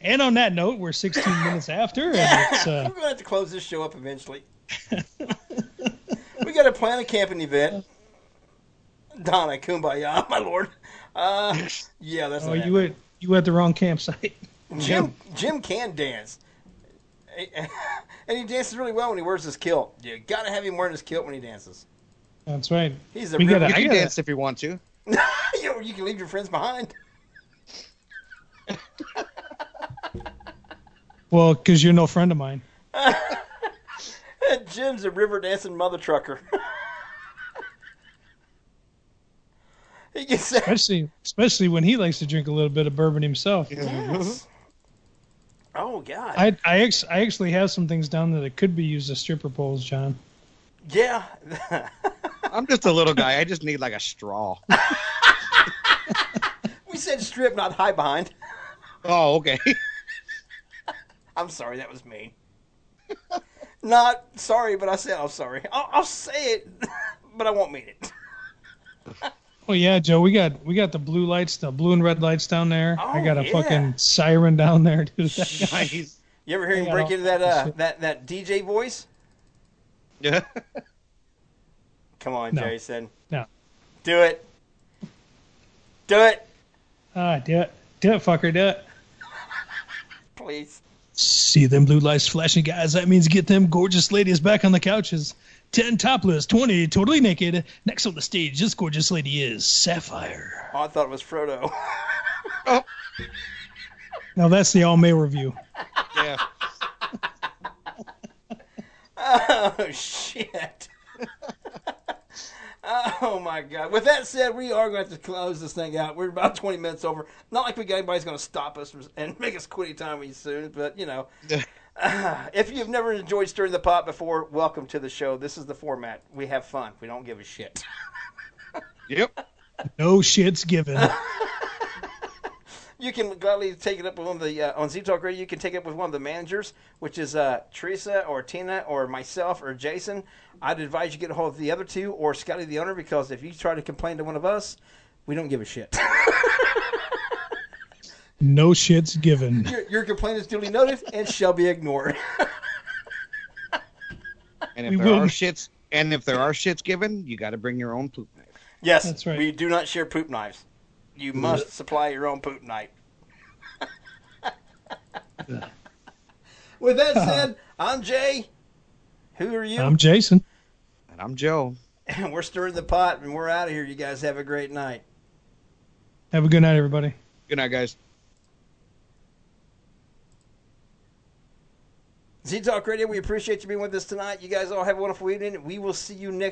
Speaker 2: And on that note, we're 16 minutes after, and it's
Speaker 1: We're
Speaker 2: uh,
Speaker 1: gonna have to close this show up eventually. we got to plan a camping event. Donna, kumbaya, my lord. Uh, yeah, that's.
Speaker 2: Oh,
Speaker 1: not
Speaker 2: you at you at the wrong campsite.
Speaker 1: Jim Jim can dance, and he dances really well when he wears his kilt. You gotta have him wearing his kilt when he dances.
Speaker 2: That's right.
Speaker 1: He's a
Speaker 2: We
Speaker 1: real.
Speaker 2: gotta-
Speaker 3: You
Speaker 2: I
Speaker 3: can dance if you want to.
Speaker 1: you, know, you can leave your friends behind.
Speaker 2: Well, because you're no friend of mine.
Speaker 1: Jim's a river dancing mother trucker. he gets that.
Speaker 2: Especially especially when he likes to drink a little bit of bourbon himself.
Speaker 1: Oh God.
Speaker 2: I I, ex- I actually have some things down there that could be used as stripper poles, John.
Speaker 1: yeah.
Speaker 3: I'm just a little guy. I just need like a straw.
Speaker 1: we said strip, not hide behind.
Speaker 3: Oh, okay.
Speaker 1: I'm sorry, that was mean. Not sorry, but I said I'm sorry. I'll, I'll say it, but I won't mean it.
Speaker 2: Oh yeah, Joe, we got we got the blue lights, the blue and red lights down there. I
Speaker 1: Oh,
Speaker 2: got a
Speaker 1: yeah.
Speaker 2: fucking siren down there. Dude.
Speaker 3: nice.
Speaker 1: You ever hear him
Speaker 2: Yeah,
Speaker 1: break
Speaker 2: no,
Speaker 1: into that uh,
Speaker 2: shit.
Speaker 1: that that DJ voice?
Speaker 3: Yeah.
Speaker 1: Come on,
Speaker 2: No.
Speaker 1: Jason.
Speaker 2: No.
Speaker 1: Do it. Do it,
Speaker 2: Ah, do it, do it, fucker, do it.
Speaker 1: please.
Speaker 2: See them blue lights flashing, guys. That means get them gorgeous ladies back on the couches. 10 topless, 20 totally naked. Next on the stage, this gorgeous lady is Sapphire.
Speaker 1: Oh, I thought it was Frodo.
Speaker 2: Now, that's the all male review.
Speaker 3: Yeah.
Speaker 1: Oh shit. oh my god. With that said, we are going to have to close this thing out. We're about 20 minutes over. Not like we got anybody's going to stop us and make us quit anytime we soon, but you know. if you've never enjoyed stirring the pot before, welcome to the show. This is the format. We have fun. We don't give a shit.
Speaker 3: Yep.
Speaker 2: No shit's given.
Speaker 1: You can gladly take it up with one of the uh, on Z Talk Radio. You can take it up with one of the managers, which is uh, Teresa or Tina or myself or Jason. I'd advise you get a hold of the other two or Scotty the owner because if you try to complain to one of us, we don't give a shit.
Speaker 2: No shit's given.
Speaker 1: your, your complaint is duly noted and shall be ignored.
Speaker 3: And if
Speaker 2: We
Speaker 3: there
Speaker 2: will-
Speaker 3: are shits, and if there are shits given, you got to bring your own poop knife.
Speaker 1: yes,
Speaker 2: That's right. Mm.
Speaker 1: We do not share poop knives. You must supply your own poop knife. With that said, I'm Jay. Who are you?
Speaker 2: I'm Jason.
Speaker 3: And I'm Joe.
Speaker 1: and we're stirring the pot and we're out of here. You guys have a great night.
Speaker 2: Have a good night, everybody.
Speaker 3: Good night, guys.
Speaker 1: Z Talk Radio, we appreciate you being with us tonight. You guys all have a wonderful evening. We will see you next.